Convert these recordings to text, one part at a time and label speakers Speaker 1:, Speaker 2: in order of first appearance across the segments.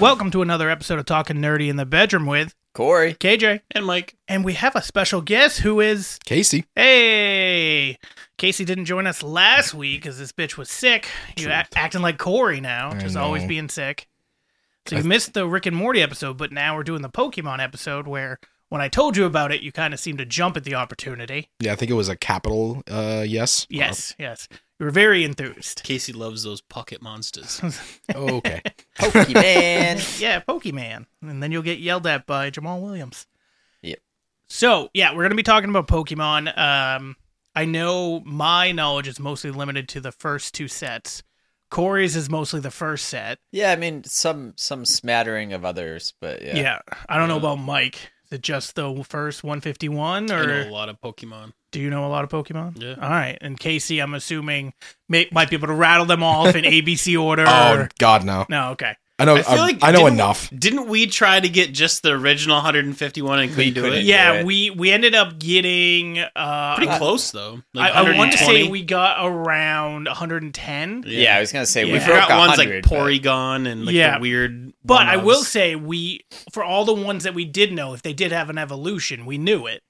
Speaker 1: Welcome to another episode of Talking Nerdy in the Bedroom with
Speaker 2: Corey
Speaker 1: KJ.
Speaker 3: and Mike.
Speaker 1: And we have a special guest who is,
Speaker 2: Casey.
Speaker 1: hey, Casey didn't join us last week because this bitch was sick. You act, acting like Corey now, just
Speaker 2: know.
Speaker 1: always being sick. So you missed the Rick and Morty episode, but now we're doing the Pokemon episode where when I told you about it, you kind of seemed to jump at the opportunity.
Speaker 4: Yeah, I think it was a capital uh yes.
Speaker 1: Yes, yes. You were very enthused.
Speaker 3: Casey loves those pocket monsters.
Speaker 4: Oh, okay.
Speaker 2: Pokemon.
Speaker 1: Yeah, Pokemon. And then you'll get yelled at by Jamal Williams.
Speaker 2: Yep.
Speaker 1: So, yeah, we're going to be talking about Pokemon. Um, I know my knowledge is mostly limited to the first two sets. Corey's is mostly the first set.
Speaker 2: yeah, I mean some some smattering of others, but yeah.
Speaker 1: Yeah. I don't know about Mike. Is it just the first 151
Speaker 3: I know a
Speaker 1: or
Speaker 3: lot of Pokemon.
Speaker 1: do you know a lot of Pokemon?
Speaker 3: Yeah.
Speaker 1: All right. And Casey, I'm assuming, may, might be able to rattle them off in ABC order.
Speaker 4: Oh
Speaker 1: or-
Speaker 4: God, no.
Speaker 1: No, okay.
Speaker 4: I know. I,
Speaker 3: I feel like
Speaker 4: I know
Speaker 3: didn't-
Speaker 4: enough.
Speaker 3: Didn't we try to get just the original 151 and couldn't do
Speaker 2: couldn't.
Speaker 3: it?
Speaker 1: Yeah,
Speaker 2: it.
Speaker 1: we we ended up getting uh
Speaker 3: Pretty
Speaker 1: a
Speaker 3: close though.
Speaker 1: I, I want to say
Speaker 3: 120.
Speaker 1: we got around 110,
Speaker 2: Yeah, I was gonna say
Speaker 1: Yeah.
Speaker 2: we
Speaker 3: we
Speaker 1: broke
Speaker 3: forgot
Speaker 2: broke
Speaker 3: ones like
Speaker 2: 100, but-
Speaker 3: Porygon and like
Speaker 1: Yeah.
Speaker 3: the weird.
Speaker 1: but I will
Speaker 3: one-offs.
Speaker 1: say we for all the ones that we did know, if they did have an evolution, we knew it.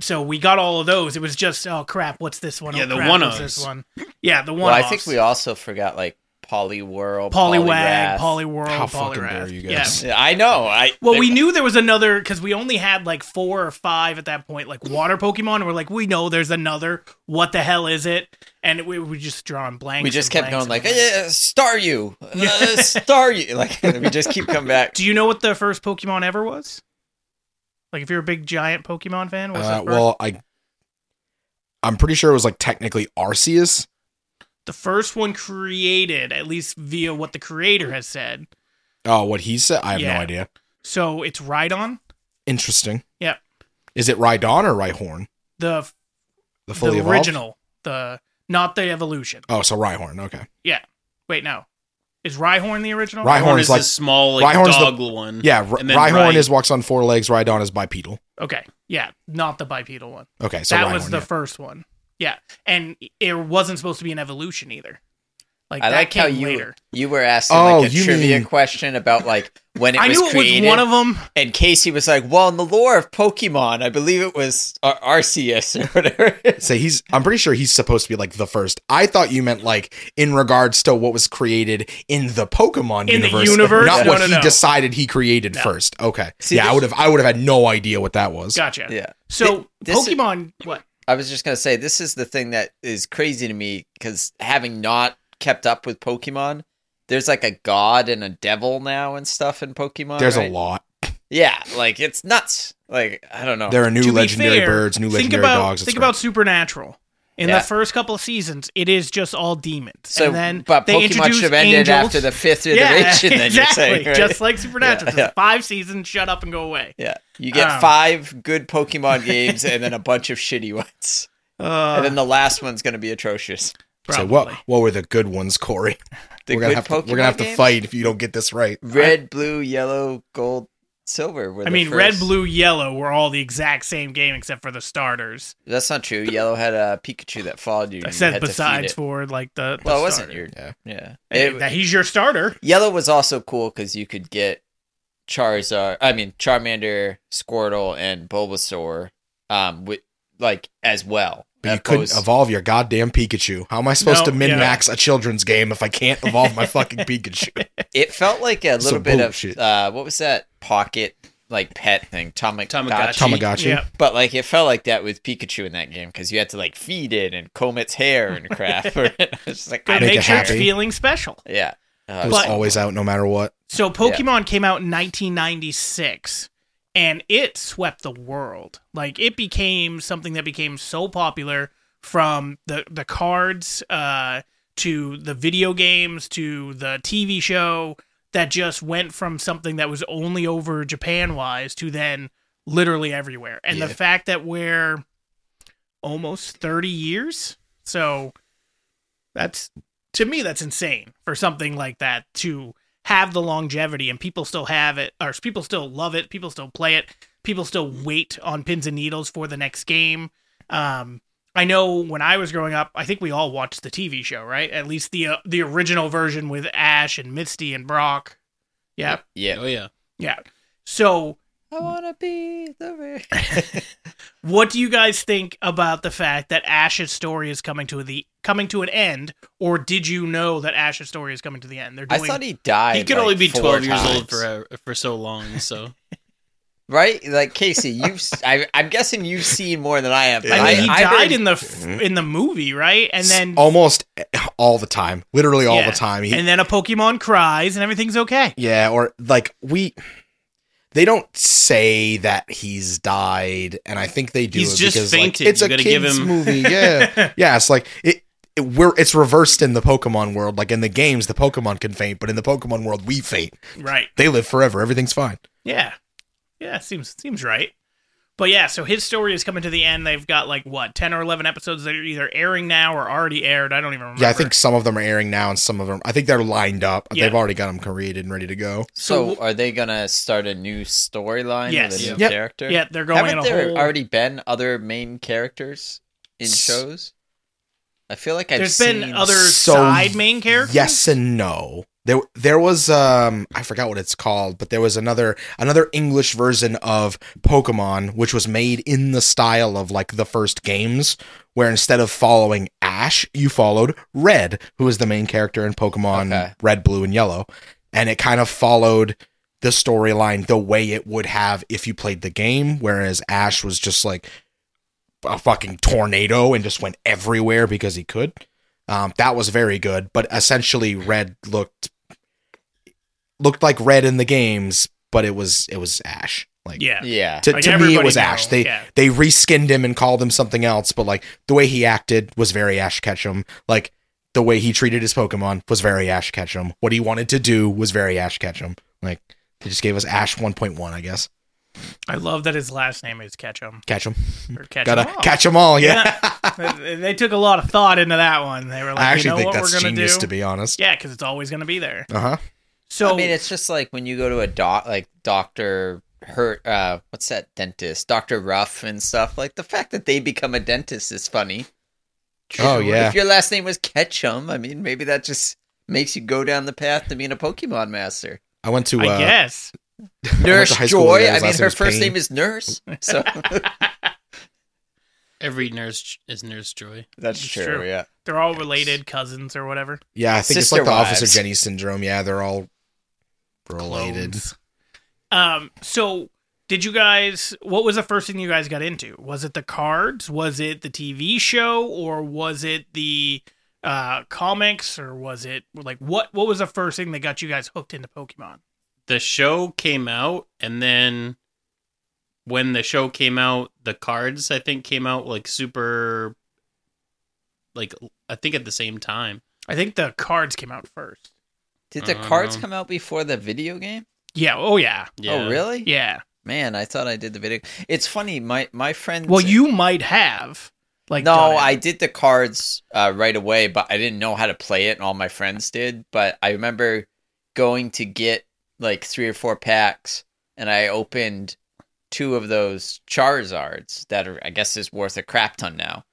Speaker 1: So we got all of those. It was just oh crap, what's this one?
Speaker 3: Yeah,
Speaker 1: Oh,
Speaker 3: the
Speaker 1: crap, what's
Speaker 3: one-offs.
Speaker 1: This one. Yeah, the one.
Speaker 2: Well, I think we also forgot like Poliwhirl,
Speaker 1: Poliwag,
Speaker 2: Poliwrath.
Speaker 1: Poliwhirl,
Speaker 4: How fucking
Speaker 1: Poliwrath.
Speaker 4: dare you
Speaker 1: Yeah.
Speaker 4: guys.
Speaker 2: Yeah, I know. I
Speaker 1: Well, we knew there was another because we only had like four or five at that point, like water Pokemon. And we're like, we know there's another. What the hell is it? And we were just drawing blanks.
Speaker 2: we just
Speaker 1: and
Speaker 2: kept
Speaker 1: blanks
Speaker 2: going
Speaker 1: and
Speaker 2: like
Speaker 1: blanks.
Speaker 2: eh, Star you, uh, Star you, like and we just keep coming back.
Speaker 1: Do you know what the first Pokemon ever was? Like, if you're a big giant Pokemon fan, what's
Speaker 4: Uh,
Speaker 1: the, first,
Speaker 4: well, I. I'm pretty sure it was like technically Arceus.
Speaker 1: the first one created, at least via what the creator has said.
Speaker 4: Oh, what he said, I have
Speaker 1: Yeah.
Speaker 4: no idea.
Speaker 1: So it's Rhydon,
Speaker 4: Interesting.
Speaker 1: Yeah.
Speaker 4: Is it Rhydon or Rhyhorn?
Speaker 1: the
Speaker 4: The fully
Speaker 1: the
Speaker 4: evolved?
Speaker 1: original, the not the evolution.
Speaker 4: Oh, so Rhyhorn. Okay.
Speaker 1: Wait, no, is Rhyhorn the original?
Speaker 4: Rhyhorn
Speaker 3: Rhyhorn
Speaker 4: is
Speaker 3: is
Speaker 4: like-
Speaker 3: the small like
Speaker 4: Rhyhorn's the-
Speaker 3: dog one.
Speaker 4: Yeah, R-
Speaker 3: And then
Speaker 4: Rhyhorn
Speaker 3: Rhy-
Speaker 4: is walks on four legs. Rhydon is bipedal.
Speaker 1: Okay, yeah, not the bipedal one.
Speaker 4: Okay, so
Speaker 1: that
Speaker 4: Rhyhorn,
Speaker 1: was the
Speaker 4: yeah.
Speaker 1: first one. Yeah, and it wasn't supposed to be an evolution either. Like
Speaker 2: I
Speaker 1: that
Speaker 2: like
Speaker 1: came
Speaker 2: how you
Speaker 1: later.
Speaker 2: you were asking
Speaker 4: Oh,
Speaker 2: like a
Speaker 4: you
Speaker 2: trivia
Speaker 4: mean-
Speaker 2: question about like when it
Speaker 1: I
Speaker 2: was
Speaker 1: knew it
Speaker 2: created.
Speaker 1: was one of them.
Speaker 2: And Casey was like, "Well, in the lore of Pokemon, I believe it was Ar- Arceus or whatever."
Speaker 4: Say he's. I'm pretty sure he's supposed to be like the first. I thought you meant like in regards to what was created in the Pokemon
Speaker 1: In the
Speaker 4: universe,
Speaker 1: universe?
Speaker 4: not
Speaker 1: No,
Speaker 4: what
Speaker 1: no,
Speaker 4: he
Speaker 1: no.
Speaker 4: decided he created
Speaker 1: No.
Speaker 4: first. Okay,
Speaker 2: See,
Speaker 4: yeah, I
Speaker 2: this-
Speaker 4: would have. I would have had no idea what that was.
Speaker 1: Gotcha.
Speaker 2: yeah,
Speaker 1: So
Speaker 2: Th- this is-
Speaker 1: Pokemon, what?
Speaker 2: I was just gonna say this is the thing that is crazy to me because having not kept up with Pokemon, there's like a god and a devil now and stuff in Pokemon.
Speaker 4: There's
Speaker 2: right?
Speaker 4: a lot.
Speaker 2: Yeah, like it's nuts. Like I don't know.
Speaker 4: There are new
Speaker 1: To be
Speaker 4: legendary
Speaker 1: fair,
Speaker 4: birds, new
Speaker 1: think
Speaker 4: legendary
Speaker 1: about
Speaker 4: dogs.
Speaker 1: think
Speaker 4: It's great.
Speaker 1: about Supernatural. In
Speaker 2: Yeah.
Speaker 1: the first couple of seasons, it is just all demons,
Speaker 2: so,
Speaker 1: and then
Speaker 2: but
Speaker 1: they
Speaker 2: Pokemon
Speaker 1: introduce
Speaker 2: should have ended
Speaker 1: angels.
Speaker 2: after the fifth iteration.
Speaker 1: yeah,
Speaker 2: then you're
Speaker 1: exactly.
Speaker 2: saying, right?
Speaker 1: Just like Supernatural,
Speaker 2: Yeah,
Speaker 1: just
Speaker 2: yeah.
Speaker 1: five seasons, shut up and go away.
Speaker 2: yeah, you get
Speaker 1: Um.
Speaker 2: five good Pokemon games and then a bunch of shitty ones,
Speaker 1: Uh,
Speaker 2: and then the last one's gonna be atrocious.
Speaker 4: So
Speaker 1: probably.
Speaker 4: what? What were the good ones, Corey?
Speaker 2: The
Speaker 4: we're gonna
Speaker 2: good
Speaker 4: have to.
Speaker 2: Pokemon
Speaker 4: we're gonna have to
Speaker 2: games?
Speaker 4: fight if you don't get this right.
Speaker 2: Red, blue, yellow, gold, silver.
Speaker 1: I
Speaker 2: Were the
Speaker 1: mean,
Speaker 2: first.
Speaker 1: red, blue, yellow were all the exact same game except for the starters.
Speaker 2: That's not true. Yellow had a Pikachu that followed you.
Speaker 1: I
Speaker 2: and you
Speaker 1: said
Speaker 2: had to feed
Speaker 1: besides
Speaker 2: it.
Speaker 1: for like the.
Speaker 2: Well,
Speaker 1: the
Speaker 2: it wasn't
Speaker 1: starter.
Speaker 2: your.
Speaker 4: Yeah.
Speaker 2: Yeah.
Speaker 1: Hey,
Speaker 2: It-
Speaker 1: that- he's your starter.
Speaker 2: yellow was also cool because you could get Charizard. I mean, Charmander, Squirtle, and Bulbasaur. Um, with like as well.
Speaker 4: But you
Speaker 2: Opposed-
Speaker 4: couldn't evolve your goddamn Pikachu. How am I supposed
Speaker 1: No,
Speaker 4: to min max a children's game if I can't evolve my fucking Pikachu?
Speaker 2: It felt like a little
Speaker 4: Some
Speaker 2: bit
Speaker 4: bullshit.
Speaker 2: of uh, what was that pocket like pet thing? Tamag-
Speaker 3: Tamagotchi.
Speaker 4: Tamagotchi.
Speaker 1: Yeah,
Speaker 2: But like it felt like that with Pikachu in that game because you had to like feed it and comb its hair and crap. it's just like I
Speaker 1: it
Speaker 4: Make
Speaker 2: don't-
Speaker 1: makes
Speaker 4: it
Speaker 1: you
Speaker 4: happy.
Speaker 1: feeling special.
Speaker 2: yeah. Uh,
Speaker 4: It was
Speaker 1: But-
Speaker 4: always out, no matter what.
Speaker 1: So Pokemon came out in 1996 and it swept the world. Like it became something that became so popular from the the cards uh to the video games to the TV show that just went from something that was only over Japan wise to then literally everywhere. And the
Speaker 4: Yeah.
Speaker 1: fact that we're almost 30 years. So that's to me that's insane for something like that to have the longevity and people still have it or people still love it people still play it people still wait on pins and needles for the next game um i know when i was growing up i think we all watched the tv show right at least the uh, the original version with ash and misty and brock Yeah.
Speaker 2: Yeah.
Speaker 3: Oh yeah.
Speaker 1: Yeah. So
Speaker 2: I wanna be the rich.
Speaker 1: What do you guys think about the fact that Ash's story is coming to the coming to an end, or did you know that Ash's story is coming to the end? They're
Speaker 2: I
Speaker 1: doing
Speaker 2: thought he died.
Speaker 3: He could
Speaker 2: like,
Speaker 3: only be
Speaker 2: four
Speaker 3: 12 years
Speaker 2: times.
Speaker 3: old for uh, for so long. So
Speaker 2: right? Like Casey, you've I, I'm guessing you've seen more than I have.
Speaker 4: Yeah.
Speaker 1: I mean, he
Speaker 2: I- Mm-hmm. I've
Speaker 1: died
Speaker 2: been-
Speaker 1: in the f- in the movie, right? And then
Speaker 4: almost eh, all the time, literally all
Speaker 1: Yeah.
Speaker 4: the time. He,
Speaker 1: and then a Pokemon cries, and everything's okay.
Speaker 4: yeah, or like we, they don't say that he's died, and I think they do.
Speaker 3: He's
Speaker 4: it
Speaker 3: just
Speaker 4: because, like,
Speaker 3: fainted.
Speaker 4: it's
Speaker 3: You
Speaker 4: a
Speaker 3: gotta
Speaker 4: kids
Speaker 3: give him-
Speaker 4: movie. Yeah, yeah. It's like it. it- We're, it's reversed in the Pokemon world. Like in the games, the Pokemon can faint, but in the Pokemon world, we faint.
Speaker 1: Right?
Speaker 4: They live forever. Everything's fine.
Speaker 1: Yeah, yeah. Seems seems right. But yeah, so his story is coming to the end. They've got like what ten or eleven episodes that are either airing now or already aired. I don't even remember.
Speaker 4: Yeah, I think some of them are airing now, and some of them, I think they're lined up.
Speaker 1: Yeah.
Speaker 4: They've already got them created and ready to go.
Speaker 2: so, are they gonna start a new storyline
Speaker 1: Yes.
Speaker 2: with a new
Speaker 4: Yep.
Speaker 2: character?
Speaker 1: yeah, they're going in
Speaker 2: Haven't
Speaker 1: a
Speaker 2: there
Speaker 1: whole.
Speaker 2: already been other main characters in
Speaker 4: S-
Speaker 2: shows? I feel like I've
Speaker 1: There's
Speaker 2: seen
Speaker 1: been other
Speaker 4: So,
Speaker 1: side main characters.
Speaker 4: Yes and no. There there was um I forgot what it's called, but there was another another English version of Pokemon which was made in the style of like the first games where instead of following Ash, you followed Red, who is the main character in Pokemon
Speaker 2: Okay.
Speaker 4: Red, Blue and Yellow, and it kind of followed the storyline the way it would have if you played the game whereas Ash was just like a fucking tornado and just went everywhere because he could. Um, that was very good, but essentially Red looked looked like Red in the games, but it was it was Ash. Like
Speaker 1: Yeah.
Speaker 2: Yeah.
Speaker 4: to,
Speaker 1: Like,
Speaker 4: to me
Speaker 1: everybody
Speaker 4: it was
Speaker 1: now,
Speaker 4: Ash. They
Speaker 1: yeah.
Speaker 4: they reskinned him and called him something else, but like the way he acted was very Ash Ketchum. Like the way he treated his Pokemon was very Ash Ketchum. What he wanted to do was very Ash Ketchum. Like they just gave us Ash 1.1, I guess.
Speaker 1: I love that his last name is Ketchum
Speaker 4: Catch him.
Speaker 1: or Ketchum.
Speaker 4: Gotta
Speaker 1: Oh.
Speaker 4: catch them all. Yeah.
Speaker 1: they they took a lot of thought into that one. They were like,
Speaker 4: I actually
Speaker 1: you know
Speaker 4: think
Speaker 1: what
Speaker 4: that's
Speaker 1: we're gonna
Speaker 4: genius
Speaker 1: do?
Speaker 4: to be honest.
Speaker 1: Yeah, because it's always gonna be there.
Speaker 4: Uh huh.
Speaker 1: So
Speaker 2: I mean, it's just like when you go to a doc, like Doctor Hurt. Uh, what's that dentist? Doctor Ruff and stuff. Like the fact that they become a dentist is funny.
Speaker 4: Oh yeah.
Speaker 2: If your last name was Ketchum, I mean, maybe that just makes you go down the path to being a Pokemon master.
Speaker 4: I went to uh,
Speaker 1: I guess
Speaker 2: Nurse
Speaker 4: high school with
Speaker 2: Joy.
Speaker 4: a guy
Speaker 2: I
Speaker 4: whose
Speaker 2: mean,
Speaker 4: last
Speaker 2: her
Speaker 4: name's
Speaker 2: first
Speaker 4: Payne.
Speaker 2: name is Nurse. So
Speaker 3: every nurse is Nurse Joy.
Speaker 2: that's
Speaker 1: It's true, true.
Speaker 2: Yeah.
Speaker 1: they're all related cousins or whatever.
Speaker 4: Yeah, I think it's
Speaker 2: Sister
Speaker 4: like the Officer
Speaker 2: wives.
Speaker 4: Jenny syndrome. Yeah, they're all related.
Speaker 1: Clones. Um. So did you guys? What was the first thing you guys got into? Was it the cards? Was it the TV show? Or was it the uh comics? Or was it like what? What was the first thing that got you guys hooked into Pokemon?
Speaker 3: The show came out, and then when the show came out, the cards I think came out like super, like I think at the same time.
Speaker 1: I think the cards came out first.
Speaker 2: Did the
Speaker 3: I don't
Speaker 2: cards
Speaker 3: know.
Speaker 2: come out before the video game?
Speaker 1: Yeah. Oh yeah.
Speaker 2: Oh, really?
Speaker 1: Yeah.
Speaker 2: Man, I thought I did the video. It's funny. My my friend.
Speaker 1: Well, you might have. Like done
Speaker 2: no,
Speaker 1: it.
Speaker 2: I did the cards uh, right away, but I didn't know how to play it, and all my friends did. But I remember going to get like three or four packs, and I opened two of those Charizards that are, I guess, is worth a crap ton now.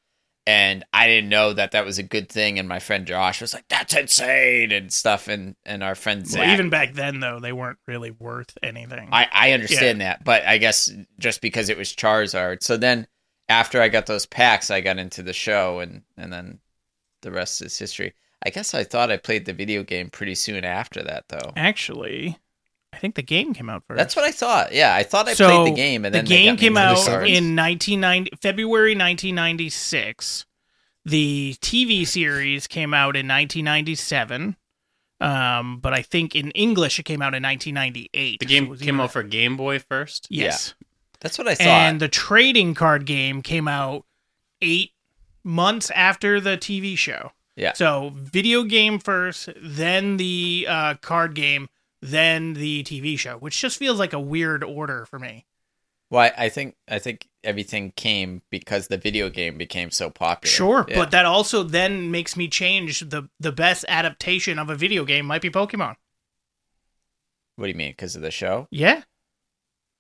Speaker 2: And I didn't know that that was a good thing. And my friend Josh was like, "That's insane" and stuff. And and our friend Zach,
Speaker 1: Well, even back then, though, they weren't really worth anything.
Speaker 2: I, I understand that, but I guess just because it was Charizard. So then after I got those packs, I got into the show and, and then the rest is history. I guess I thought I played the video game pretty soon after that though.
Speaker 1: Actually, I think the game came out first.
Speaker 2: That's what I thought. Yeah, I thought I
Speaker 1: So,
Speaker 2: played the game and
Speaker 1: the
Speaker 2: then they
Speaker 1: game
Speaker 2: got me
Speaker 1: came
Speaker 2: into the
Speaker 1: out
Speaker 2: cards.
Speaker 1: in 1990 February 1996. The TV series came out in 1997. Um, but I think in English it came out in 1998.
Speaker 3: The
Speaker 1: So it
Speaker 3: game
Speaker 1: was
Speaker 3: came
Speaker 1: even-
Speaker 3: out for Game Boy first.
Speaker 1: Yes.
Speaker 2: That's what I thought.
Speaker 1: and the trading card game came out 8 months after the TV show.
Speaker 2: Yeah.
Speaker 1: So, video game first, then the uh, card game, then the TV show, which just feels like a weird order for me.
Speaker 2: well, I- I think I think everything came because the video game became so popular.
Speaker 1: Sure,
Speaker 2: Yeah.
Speaker 1: but that also then makes me change the the best adaptation of a video game might be Pokemon.
Speaker 2: what do you mean? Because of the show?
Speaker 1: Yeah,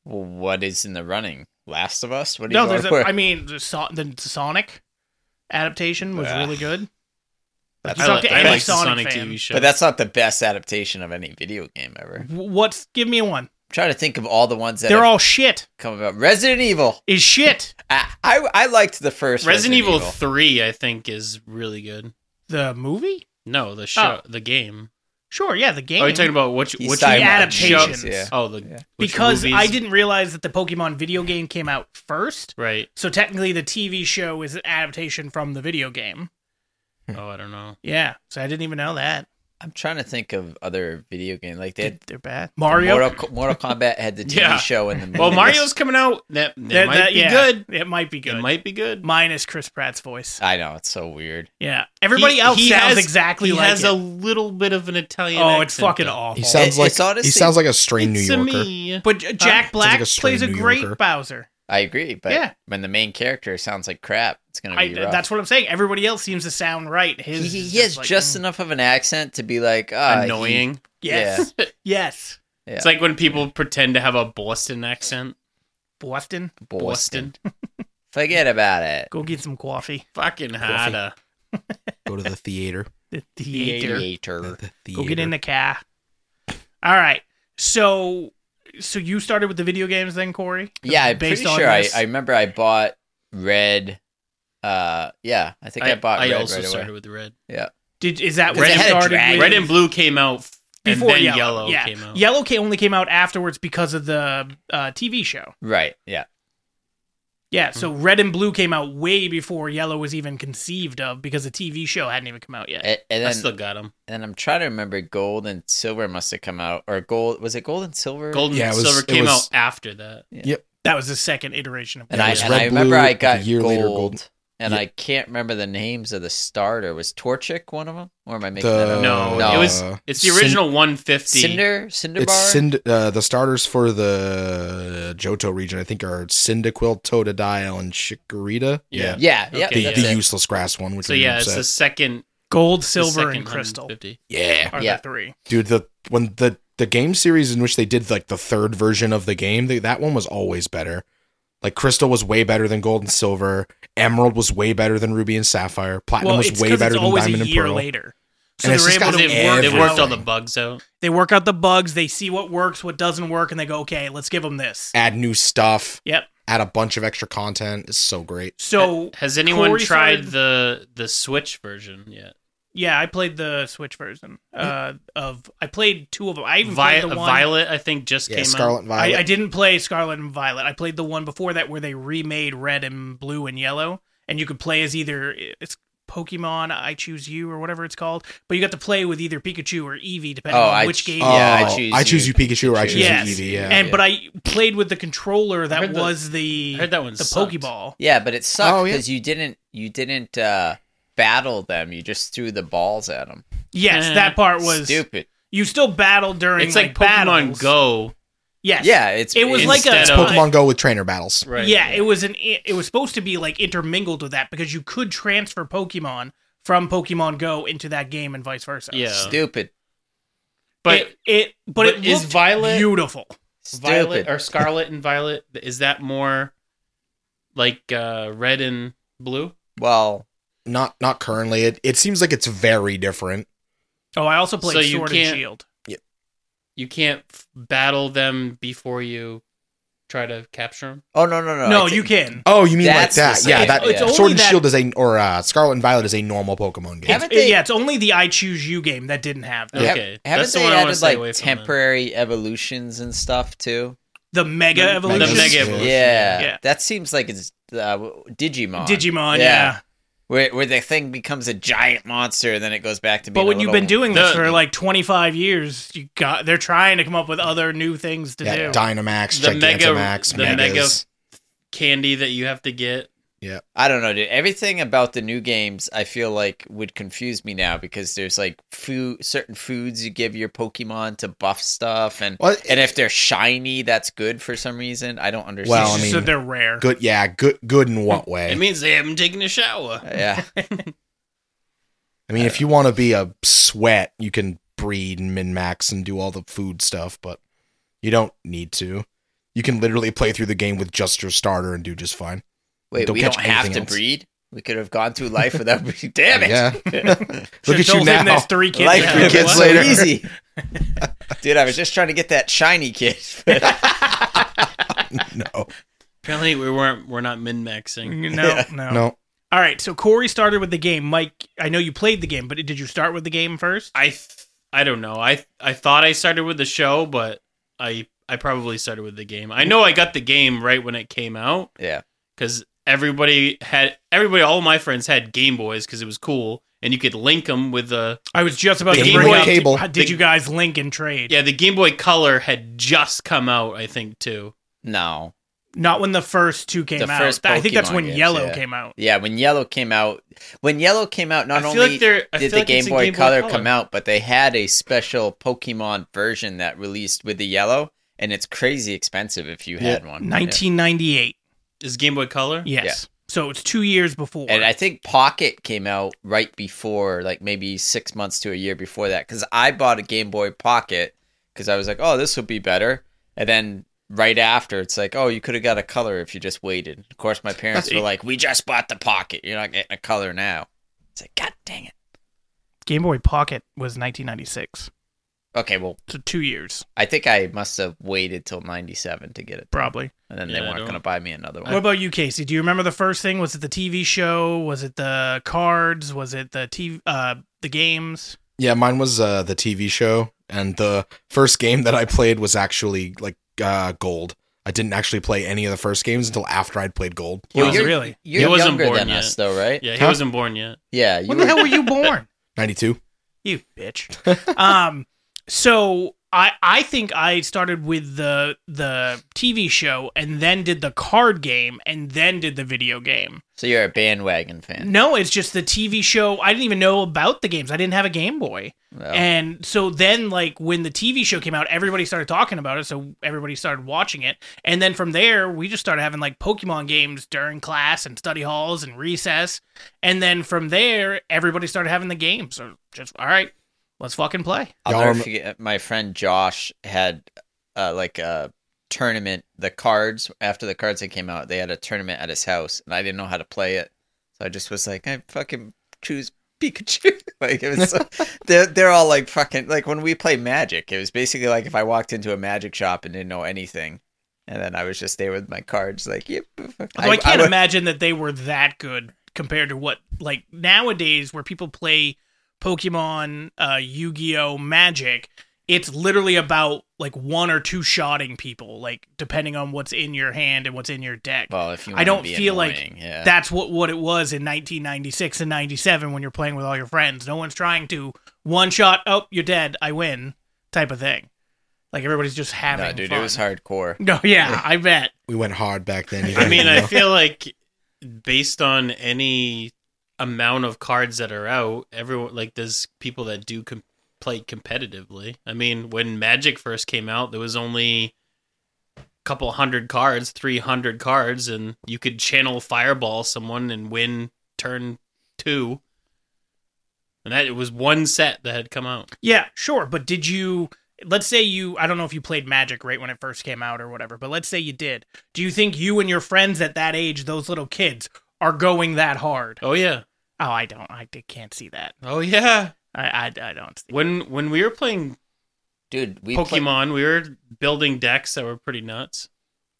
Speaker 2: Well, what is in the running? Last of Us? What do you
Speaker 1: no,
Speaker 2: going
Speaker 1: there's a,
Speaker 2: for?
Speaker 1: I mean the, so- the Sonic adaptation was
Speaker 2: Yeah.
Speaker 1: really good. Like,
Speaker 3: That's
Speaker 1: you
Speaker 3: I,
Speaker 1: talk
Speaker 3: like,
Speaker 1: to
Speaker 3: I
Speaker 1: any
Speaker 3: like the
Speaker 1: Sonic
Speaker 3: Sonic
Speaker 1: fan.
Speaker 3: TV show.
Speaker 2: But that's not the best adaptation of any video game ever. I'm
Speaker 1: W- What's? Give me one.
Speaker 2: trying to think of all the ones that
Speaker 1: They're all
Speaker 2: have
Speaker 1: shit.
Speaker 2: come about. Resident Evil.
Speaker 1: Is shit
Speaker 2: I I, I liked the first
Speaker 3: Resident,
Speaker 2: Resident,
Speaker 3: Evil Three, I think, is really good.
Speaker 1: the movie?
Speaker 3: No, the show, the game.
Speaker 1: Sure, yeah, the Oh. game.
Speaker 3: Are you talking about which
Speaker 2: He's
Speaker 3: which
Speaker 2: talking
Speaker 1: The
Speaker 2: about
Speaker 1: adaptations.
Speaker 2: shows, Yeah.
Speaker 3: Oh, the
Speaker 2: Yeah.
Speaker 3: which
Speaker 1: because
Speaker 3: movies?
Speaker 1: I didn't realize that the Pokemon video game came out first.
Speaker 3: Right.
Speaker 1: So technically, the TV show is an adaptation from the video game.
Speaker 2: Hmm.
Speaker 3: Oh, I don't know.
Speaker 1: Yeah, so I didn't even know that.
Speaker 2: I'm trying to think of other video game like they had
Speaker 1: They're bad. Mario.
Speaker 2: Mortal, Co- Mortal Kombat had the TV
Speaker 3: Yeah.
Speaker 2: show and the movie.
Speaker 3: Well, Mario's coming out. That, that,
Speaker 1: That-
Speaker 3: might
Speaker 1: that-
Speaker 3: be
Speaker 1: yeah,
Speaker 3: good.
Speaker 1: It might be good.
Speaker 3: It might be good.
Speaker 1: Minus Chris Pratt's voice.
Speaker 2: I know it's so weird.
Speaker 1: Yeah, everybody
Speaker 3: He-
Speaker 1: else
Speaker 3: he
Speaker 1: sounds
Speaker 3: has-
Speaker 1: exactly
Speaker 3: He
Speaker 1: like
Speaker 3: has
Speaker 1: it.
Speaker 3: a little bit of an Italian.
Speaker 1: oh, it's
Speaker 3: accent,
Speaker 1: fucking
Speaker 3: though.
Speaker 1: awful.
Speaker 4: He sounds
Speaker 2: It-
Speaker 4: like
Speaker 2: it's honestly-
Speaker 4: he sounds like a strained New
Speaker 3: It's a
Speaker 4: Yorker.
Speaker 2: Uh,
Speaker 3: me.
Speaker 1: but J- Jack Black
Speaker 4: like a straight
Speaker 1: plays a
Speaker 4: New
Speaker 1: great
Speaker 4: Yorker.
Speaker 1: Bowser.
Speaker 2: I agree, but
Speaker 1: Yeah.
Speaker 2: when the main character sounds like crap, it's gonna
Speaker 1: I,
Speaker 2: be rough.
Speaker 1: that's what I'm saying. Everybody else seems to sound right.
Speaker 2: he,
Speaker 1: His
Speaker 2: he-
Speaker 1: is
Speaker 2: he has
Speaker 1: like,
Speaker 2: just
Speaker 1: mm,
Speaker 2: enough of an accent to be like uh, he-
Speaker 3: Annoying.
Speaker 1: yes, yes.
Speaker 2: yeah.
Speaker 3: It's like when people pretend to have a Boston accent.
Speaker 1: Boston,
Speaker 2: Boston. Forget about it.
Speaker 1: go get some coffee.
Speaker 3: Fucking harder.
Speaker 4: Go to the theater.
Speaker 1: The theater.
Speaker 2: Theater.
Speaker 4: The
Speaker 1: Go get
Speaker 4: theater.
Speaker 1: in the car. All right. So, so you started with the video games then, Corey?
Speaker 2: Yeah, I'm
Speaker 1: Based
Speaker 2: pretty
Speaker 1: on
Speaker 2: sure I,
Speaker 1: this?
Speaker 2: I remember I bought Red. Uh, yeah, I think I, bought Red
Speaker 3: also
Speaker 2: right
Speaker 3: started
Speaker 2: away.
Speaker 3: with red.
Speaker 1: Did is that what
Speaker 2: Because it
Speaker 1: you
Speaker 2: had a
Speaker 1: started
Speaker 2: dragon.
Speaker 1: with?
Speaker 3: Red and blue came out f-
Speaker 1: before
Speaker 3: and then
Speaker 1: yellow,
Speaker 3: yellow,
Speaker 1: yeah.
Speaker 3: came out.
Speaker 1: Yellow ca- only came out afterwards because of the uh, TV show.
Speaker 2: Right. Yeah.
Speaker 1: Yeah, so
Speaker 3: Hmm.
Speaker 1: red and blue came out way before yellow was even conceived of because the TV show hadn't even come out yet.
Speaker 2: And, and
Speaker 3: I
Speaker 2: then
Speaker 3: still got him.
Speaker 2: and I'm trying to remember gold and silver must have come out or gold was it gold and silver?
Speaker 3: Gold and
Speaker 4: Yeah, it was-
Speaker 3: silver
Speaker 4: it
Speaker 3: came
Speaker 4: was-
Speaker 3: out after that.
Speaker 1: That was the second iteration of
Speaker 2: And
Speaker 4: Yeah, it
Speaker 2: I
Speaker 4: was
Speaker 2: and
Speaker 4: red,
Speaker 2: I remember
Speaker 4: blue,
Speaker 2: I
Speaker 4: like a
Speaker 2: got
Speaker 4: year
Speaker 2: gold,
Speaker 4: later, gold.
Speaker 2: and
Speaker 4: Yeah.
Speaker 2: I can't remember the names of the starter. Was Torchic one of them, or am I making that
Speaker 4: The-
Speaker 2: up?
Speaker 3: No, it was- It's the
Speaker 4: Cin-
Speaker 3: original 150.
Speaker 2: Cinder Cinderbar.
Speaker 4: uh, It's Sind- uh, the starters for the Johto region, I think, are Cyndaquil, Totodile, and Chikorita.
Speaker 3: Yeah.
Speaker 2: yeah, yeah.
Speaker 4: The,
Speaker 3: Okay,
Speaker 2: that's
Speaker 4: the
Speaker 2: it.
Speaker 4: useless grass one, which
Speaker 3: So
Speaker 4: made me
Speaker 3: yeah, it's
Speaker 4: upset.
Speaker 3: the second,
Speaker 1: Gold,
Speaker 3: the
Speaker 1: silver,
Speaker 3: second
Speaker 1: and crystal
Speaker 3: 150.
Speaker 4: yeah,
Speaker 1: are
Speaker 2: Yeah.
Speaker 1: the three.
Speaker 4: dude. The when the the game series in which they did like the third version of the game, they, that one was always better. Like Crystal was way better than Gold and Silver. Emerald was way better than Ruby and Sapphire. Platinum
Speaker 1: Well, it's
Speaker 4: was way
Speaker 1: 'cause
Speaker 4: beeyy better
Speaker 1: it's
Speaker 4: than
Speaker 1: always
Speaker 4: Diamond
Speaker 1: a
Speaker 4: and
Speaker 1: year
Speaker 4: Pearl.
Speaker 1: later. So
Speaker 4: And it's
Speaker 1: they're
Speaker 4: just
Speaker 1: able
Speaker 4: got
Speaker 1: to
Speaker 3: They,
Speaker 1: work
Speaker 3: wor- they
Speaker 1: out-
Speaker 4: everything.
Speaker 3: worked all the bugs out.
Speaker 1: They work out the bugs. They see what works, what doesn't work, and they go, okay, let's give them this.
Speaker 4: Add new stuff.
Speaker 1: Yep.
Speaker 4: Add a bunch of extra content. It's so great.
Speaker 1: So
Speaker 3: Has anyone
Speaker 1: Corey
Speaker 3: tried
Speaker 1: started-
Speaker 3: the the Switch version yet?
Speaker 1: yeah, I played the Switch version
Speaker 4: Hmm?
Speaker 1: uh, of. I played two of them. I even
Speaker 3: Vi-
Speaker 1: played the one.
Speaker 3: Violet, I think, just
Speaker 4: Yeah,
Speaker 3: came
Speaker 4: Scarlet
Speaker 3: out.
Speaker 4: and
Speaker 1: I,
Speaker 4: Violet.
Speaker 1: I didn't play Scarlet and Violet. I played the one before that where they remade Red and Blue and Yellow, and you could play as either it's Pokemon I Choose You or whatever it's called, but you got to play with either Pikachu or Eevee depending
Speaker 2: Oh,
Speaker 1: on
Speaker 2: I
Speaker 1: which
Speaker 2: ch-
Speaker 1: game.
Speaker 2: Oh, yeah, I
Speaker 4: Oh,
Speaker 2: choose
Speaker 4: I choose
Speaker 2: you.
Speaker 4: you, Pikachu, or I choose
Speaker 1: Yes.
Speaker 4: you, Eevee. Yeah.
Speaker 1: and
Speaker 2: yeah.
Speaker 1: but I played with the controller that
Speaker 3: heard the-
Speaker 1: was the
Speaker 3: I heard that one
Speaker 1: the
Speaker 3: sucked.
Speaker 1: Pokeball.
Speaker 2: Yeah, but it sucked
Speaker 4: Oh, yeah.
Speaker 2: because you didn't you didn't uh, battle them. You just threw the balls at them.
Speaker 1: Yes,
Speaker 3: Eh,
Speaker 1: that part was
Speaker 2: Stupid.
Speaker 1: you still battled during
Speaker 3: It's like, Pokemon
Speaker 1: battles.
Speaker 3: Go.
Speaker 1: Yes.
Speaker 2: Yeah, it's
Speaker 1: It was like a
Speaker 3: Instead
Speaker 4: It's
Speaker 3: of-
Speaker 4: Pokemon Go with trainer battles.
Speaker 3: Right.
Speaker 1: yeah, it was an it was supposed to be like intermingled with that because you could transfer Pokemon from Pokemon Go into that game and vice versa.
Speaker 3: Yeah.
Speaker 2: stupid.
Speaker 3: But
Speaker 1: it, it but,
Speaker 3: but
Speaker 1: it
Speaker 3: is
Speaker 1: looked
Speaker 3: Violet-
Speaker 1: beautiful.
Speaker 2: Stupid.
Speaker 3: Violet or Scarlet and Violet is that more like uh red and blue?
Speaker 2: well,
Speaker 4: Not not currently. It it seems like it's very different.
Speaker 1: Oh, I also played
Speaker 3: So you
Speaker 1: Sword and
Speaker 3: can't-
Speaker 1: Shield.
Speaker 3: You can't f- battle them before you try to capture them.
Speaker 2: oh no no no.
Speaker 1: no,
Speaker 2: it's-
Speaker 1: you can.
Speaker 4: Oh, you mean
Speaker 2: That's the
Speaker 4: like that?
Speaker 2: same.
Speaker 4: Yeah, that
Speaker 1: It's
Speaker 4: Sword
Speaker 1: only
Speaker 4: and
Speaker 1: that-
Speaker 4: Shield is a or uh, Scarlet and Violet is a normal Pokemon game.
Speaker 2: Haven't they-
Speaker 1: yeah, it's only the I Choose You game that didn't have that.
Speaker 2: Yeah.
Speaker 3: Okay,
Speaker 2: Haven't
Speaker 3: that's the
Speaker 2: they
Speaker 3: one I wanna
Speaker 2: added
Speaker 3: stay
Speaker 2: like
Speaker 3: away from then.
Speaker 2: temporary evolutions and stuff too?
Speaker 1: The Mega
Speaker 3: The- the
Speaker 1: Evolution.
Speaker 3: Mega
Speaker 4: Yeah.
Speaker 3: Evolution.
Speaker 2: Yeah,
Speaker 1: Yeah.
Speaker 2: that seems like it's uh, Digimon.
Speaker 1: Digimon, yeah.
Speaker 2: where where the thing becomes a giant monster and then it goes back to
Speaker 1: But
Speaker 2: being. a
Speaker 1: when you've
Speaker 2: little-
Speaker 1: been doing this
Speaker 3: The-
Speaker 1: for like 25 years, you got they're trying to come up with other new things to
Speaker 4: Yeah,
Speaker 1: do.
Speaker 4: Dynamax,
Speaker 3: The Mega-
Speaker 4: Gigantamax,
Speaker 3: the Mega-
Speaker 4: Megas.
Speaker 3: Candy that you have to get.
Speaker 2: I don't know, dude. Everything about the new games, I feel like would confuse me now because there's like food, certain foods you give your Pokemon to buff stuff, and
Speaker 4: Well,
Speaker 2: and if they're shiny, that's good for some reason. I don't understand.
Speaker 4: Well, I
Speaker 1: so
Speaker 4: mean-
Speaker 1: they're rare.
Speaker 4: good, yeah, good, good in what way?
Speaker 3: It means they haven't taken a shower.
Speaker 2: yeah,
Speaker 4: I mean, if you want to be a sweat, you can breed and min max and do all the food stuff, but you don't need to. You can literally play through the game with just your starter and do just fine.
Speaker 2: wait,
Speaker 4: Don't
Speaker 2: we
Speaker 4: catch
Speaker 2: don't have
Speaker 4: anything
Speaker 2: to
Speaker 4: else.
Speaker 2: breed. We could have gone through life without. Damn it!
Speaker 4: Yeah. Look at
Speaker 1: Should've
Speaker 4: you
Speaker 1: told him
Speaker 4: now.
Speaker 1: there's three kids.
Speaker 2: Life
Speaker 1: now.
Speaker 2: for kids
Speaker 1: What?
Speaker 4: What?
Speaker 2: later.
Speaker 4: So
Speaker 2: Easy. Dude, I was just trying to get that shiny kid.
Speaker 4: No,
Speaker 3: Apparently, we weren't. We're not min maxing.
Speaker 1: No, no,
Speaker 4: no.
Speaker 1: All right. So Corey started with the game. Mike, I know you played the game, but did you start with the game first?
Speaker 3: I th- I don't know. I I thought I started with the show, but I I probably started with the game. I know I got the game right when it came out
Speaker 2: yeah.
Speaker 3: because everybody had everybody all my friends had Game Boys because it was cool and you could link them with uh, the
Speaker 1: I was just about
Speaker 3: The
Speaker 1: to
Speaker 3: Game
Speaker 1: bring
Speaker 3: Boy
Speaker 1: up.
Speaker 4: cable.
Speaker 1: Did, did
Speaker 3: The-
Speaker 1: you guys link and trade?
Speaker 3: yeah the Game Boy Color had just come out I think too.
Speaker 2: No.
Speaker 1: Not when the first two came
Speaker 2: The
Speaker 1: out.
Speaker 2: first
Speaker 1: I think that's
Speaker 2: Pokemon
Speaker 1: when
Speaker 2: games,
Speaker 1: Yellow
Speaker 2: yeah.
Speaker 1: came out.
Speaker 2: Yeah, when Yellow came out, when Yellow came out, not
Speaker 3: I feel
Speaker 2: only
Speaker 3: like they're I
Speaker 2: did
Speaker 3: feel
Speaker 2: the
Speaker 3: like
Speaker 2: Game
Speaker 3: it's a
Speaker 2: Boy, Color, come out, but they had a special Pokemon version that released with the Yellow, and it's crazy expensive if you
Speaker 4: Yeah.
Speaker 2: had one.
Speaker 1: 1998.
Speaker 3: Is Game Boy Color?
Speaker 1: Yes. So it's two years before.
Speaker 2: Yeah. And I think Pocket came out right before, like maybe six months to a year before that, because I bought a Game Boy Pocket because I was like, oh, this would be better. And then right after, it's like, oh, you could have got a color if you just waited. Of course, my parents
Speaker 1: That's-
Speaker 2: were like, we just bought the Pocket. You're not getting a color now. It's like, God dang it.
Speaker 1: Game Boy Pocket was 1996.
Speaker 2: Okay, well,
Speaker 1: So two years,
Speaker 2: I think I must have waited till 97 to get it.
Speaker 1: probably.
Speaker 2: And then
Speaker 3: Yeah,
Speaker 2: they
Speaker 3: I
Speaker 2: weren't
Speaker 3: don't-
Speaker 2: going to buy me another
Speaker 1: what
Speaker 2: one.
Speaker 1: about you, Casey? Do you remember the first thing? Was it the TV show? Was it the cards? Was it the TV? Uh, the games?
Speaker 4: Yeah, mine was uh, the TV show, and the first game that I played was actually like uh, Gold. I didn't actually play any of the first games until after I'd played Gold.
Speaker 1: Well,
Speaker 2: you're,
Speaker 1: really?
Speaker 2: You're
Speaker 3: He wasn't
Speaker 2: younger
Speaker 3: born
Speaker 2: than
Speaker 3: yet.
Speaker 2: us, though, right?
Speaker 3: Yeah, he
Speaker 4: Huh?
Speaker 3: wasn't born yet.
Speaker 2: Yeah. You
Speaker 1: When the hell were you born?
Speaker 4: Ninety two.
Speaker 1: you bitch. um, so I I think I started with the the TV show and then did the card game and then did the video game.
Speaker 2: so you're a bandwagon fan.
Speaker 1: No, it's just the TV show. I didn't even know about the games. I didn't have a Game Boy.
Speaker 2: Well,
Speaker 1: And so then, like, when the TV show came out, everybody started talking about it. So everybody started watching it. And then from there, we just started having like Pokemon games during class and study halls and recess. And then from there, everybody started having the games. So just, all right, let's fucking play.
Speaker 2: I'll
Speaker 4: Y'all
Speaker 2: never
Speaker 4: rem-
Speaker 2: forget, my friend Josh had uh, like a tournament, the cards, after the cards that came out, they had a tournament at his house, and I didn't know how to play it. So I just was like, I fucking choose Pikachu. like, it was so, they're, they're all like fucking, like when we play Magic, it was basically like if I walked into a Magic shop and didn't know anything. And then I was just there with my cards, like, yep.
Speaker 1: Although I, can't
Speaker 2: would-
Speaker 1: imagine that they were that good compared to what like nowadays where people play Pokemon, uh, Yu-Gi-Oh, Magic. It's literally about like one or two shotting people, like depending on what's in your hand and what's in your deck.
Speaker 2: Well, if you
Speaker 1: I
Speaker 2: wanna
Speaker 1: don't
Speaker 2: be
Speaker 1: feel like
Speaker 2: annoying, yeah.
Speaker 1: That's what what it was in 1996 and 97 when you're playing with all your friends. No one's trying to one shot, oh, you're dead, I win type of thing. Like everybody's just having
Speaker 2: no, dude,
Speaker 1: fun.
Speaker 2: it was hardcore.
Speaker 1: No, yeah, I bet.
Speaker 4: We went hard back then. you
Speaker 3: I mean,
Speaker 4: know?
Speaker 3: I feel like based on any amount of cards that are out, everyone like there's people that do com- play competitively. I mean, when Magic first came out, there was only a couple hundred cards, 300 cards and you could channel fireball someone and win turn 2. And that it was one set that had come out.
Speaker 1: Yeah, sure. But did you, let's say you, I don't know if you played Magic right when it first came out or whatever, but let's say you did. Do you think you and your friends at that age, those little kids, are going that hard?
Speaker 3: Oh yeah.
Speaker 1: Oh, I don't. I d- can't see that.
Speaker 3: Oh yeah.
Speaker 1: I, I, I don't. See.
Speaker 3: When when we were playing
Speaker 2: Dude, we played-
Speaker 3: Pokemon, we were building decks that were pretty nuts.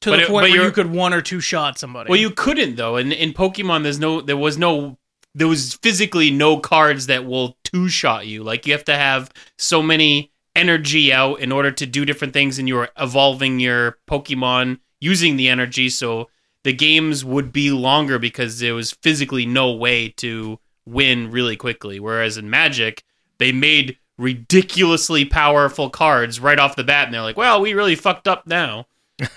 Speaker 1: To
Speaker 3: But
Speaker 1: the
Speaker 3: it-
Speaker 1: point where
Speaker 3: but
Speaker 1: you
Speaker 3: you're-
Speaker 1: could one or two shot somebody.
Speaker 3: Well, you couldn't though. In in Pokemon, there's no, there was no, there was physically no cards that will two shot you. Like you have to have so many energy out in order to do different things, and you're evolving your Pokemon using the energy. So the games would be longer because there was physically no way to win really quickly. Whereas in Magic, they made ridiculously powerful cards right off the bat, and they're like, "Well, we really fucked up now."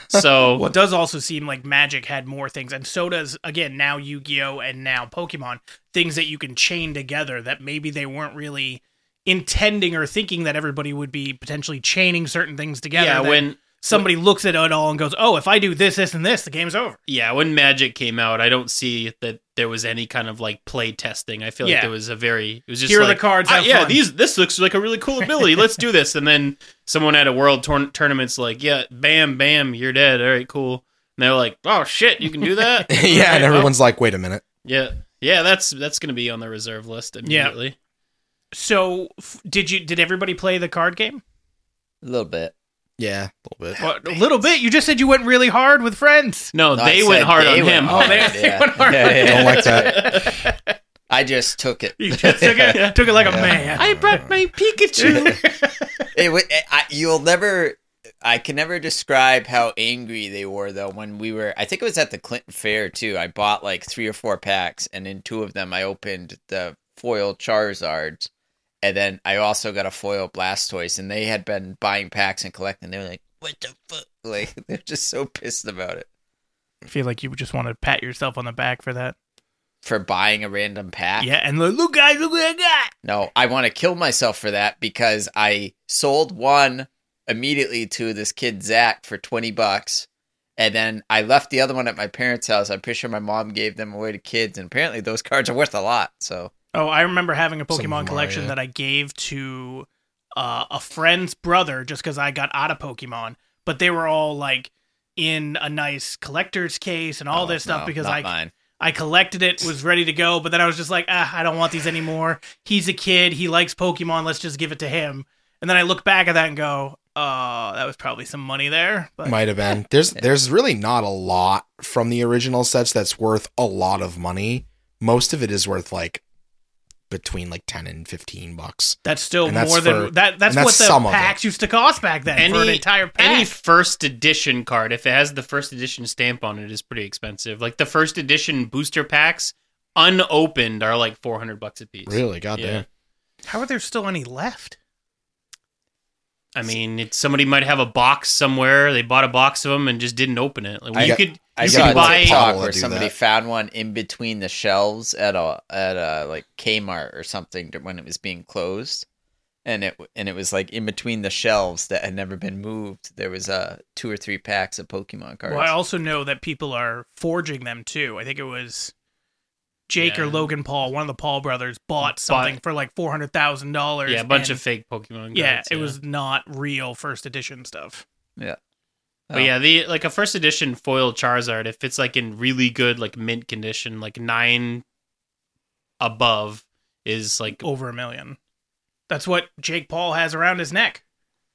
Speaker 3: So
Speaker 1: Well, it does also seem like Magic had more things, and so does again now Yu-Gi-Oh and now Pokemon things that you can chain together that maybe they weren't really intending or thinking that everybody would be potentially chaining certain things together.
Speaker 3: yeah,
Speaker 1: that
Speaker 3: when
Speaker 1: somebody looks at it all and goes, "Oh, if I do this, this, and this, the game's over."
Speaker 3: yeah, when Magic came out, I don't see that there was any kind of like play testing. I feel
Speaker 1: Yeah.
Speaker 3: like there was a very it was just
Speaker 1: Here are
Speaker 3: like,
Speaker 1: the cards,
Speaker 3: "Ah,
Speaker 1: have
Speaker 3: yeah,
Speaker 1: fun."
Speaker 3: these this looks like a really cool ability. Let's do this. And then someone at a world tour- tournament's like, yeah, bam, bam, you're dead. All right, cool. And they're like, oh shit, you can do that.
Speaker 4: yeah, and
Speaker 3: All right,
Speaker 4: everyone's like, "Wait a minute,
Speaker 3: well, yeah, Yeah, that's that's gonna be on the reserve list immediately.
Speaker 1: So, f- did you did everybody play the card game?
Speaker 2: A little bit.
Speaker 4: Yeah, a little bit.
Speaker 1: Well, a little bit. You just said you went really hard with friends.
Speaker 3: No,
Speaker 2: No,
Speaker 3: they
Speaker 2: I
Speaker 3: went
Speaker 2: said
Speaker 3: hard
Speaker 2: Oh, they
Speaker 3: on
Speaker 2: went
Speaker 3: him.
Speaker 2: hard,
Speaker 1: Oh, they- they went hard
Speaker 2: Yeah,
Speaker 1: on
Speaker 2: yeah,
Speaker 1: him.
Speaker 4: Don't
Speaker 2: yeah.
Speaker 4: like that.
Speaker 2: I just took it.
Speaker 1: You just took it, took it like a man.
Speaker 3: I brought my Pikachu.
Speaker 2: It wa- I, you'll never. I can never describe how angry they were though when we were. I think it was at the Clinton Fair too. I bought like three or four packs, and in two of them, I opened the foil Charizards, and then I also got a foil Blastoise. And they had been buying packs and collecting. They were like, "What the fuck?" Like they're just so pissed about it
Speaker 1: I feel like you just want to pat yourself on the back for that.
Speaker 2: for buying a random pack.
Speaker 1: Yeah, and look, look guys, look what I got.
Speaker 2: No, I want to kill myself for that because I sold one immediately to this kid Zach for twenty bucks, and then I left the other one at my parents' house. I'm pretty sure my mom gave them away to kids, and apparently those cards are worth a lot. So
Speaker 1: Oh, I remember having a
Speaker 4: Some of them
Speaker 1: Pokemon
Speaker 4: are,
Speaker 1: collection
Speaker 4: yeah.
Speaker 1: that I gave to uh, a friend's brother just because I got out of Pokemon, but they were all like in a nice collector's case and all
Speaker 2: Oh,
Speaker 1: this stuff
Speaker 2: no,
Speaker 1: because
Speaker 2: not
Speaker 1: I
Speaker 2: mine.
Speaker 1: I collected it, was ready to go, but then I was just like, ah, I don't want these anymore. He's a kid, he likes Pokemon, let's just give it to him. And then I look back at that and go, oh, that was probably some money there. But
Speaker 4: Might have been. There's there's really not a lot from the original sets that's worth a lot of money. Most of it is worth like between like ten and fifteen bucks.
Speaker 1: that's still
Speaker 4: And that's
Speaker 1: more
Speaker 4: for-
Speaker 1: than that. That's,
Speaker 4: and that's
Speaker 1: what
Speaker 4: some
Speaker 1: the
Speaker 4: of it.
Speaker 1: packs used to cost back then for an
Speaker 3: Any-
Speaker 1: entire pack.
Speaker 3: Any first edition card, if it has the first edition stamp on it, is pretty expensive. Like the first edition booster packs, unopened, are like four hundred bucks a piece.
Speaker 4: Really, goddamn.
Speaker 3: Yeah.
Speaker 1: How are there still any left?
Speaker 3: I mean, it's, somebody might have a box somewhere. They bought a box of them and just didn't open it. Like,
Speaker 2: I
Speaker 3: you
Speaker 4: got-
Speaker 3: could,
Speaker 2: I
Speaker 4: got
Speaker 3: you
Speaker 2: saw
Speaker 3: could
Speaker 2: a
Speaker 3: buy.
Speaker 2: TikTok
Speaker 4: Paula
Speaker 2: where
Speaker 4: do
Speaker 2: somebody
Speaker 4: that.
Speaker 2: found one in between the shelves at a at a like Kmart or something when it was being closed. And it and it was like in between the shelves that had never been moved. There was uh, two or three packs of Pokemon cards.
Speaker 1: Well, I also know that people are forging them too. I think it was Jake or
Speaker 3: Yeah.
Speaker 1: Logan Paul, one of the Paul brothers, bought something for like four hundred thousand dollars.
Speaker 3: Yeah, a bunch of fake Pokemon.
Speaker 1: yeah,
Speaker 3: cards,
Speaker 1: it was not real first edition stuff.
Speaker 3: But
Speaker 1: oh.
Speaker 3: yeah, the like a first edition foil Charizard, if it's like in really good like mint condition, like nine above is like
Speaker 1: Over a million. That's what Jake Paul has around his neck.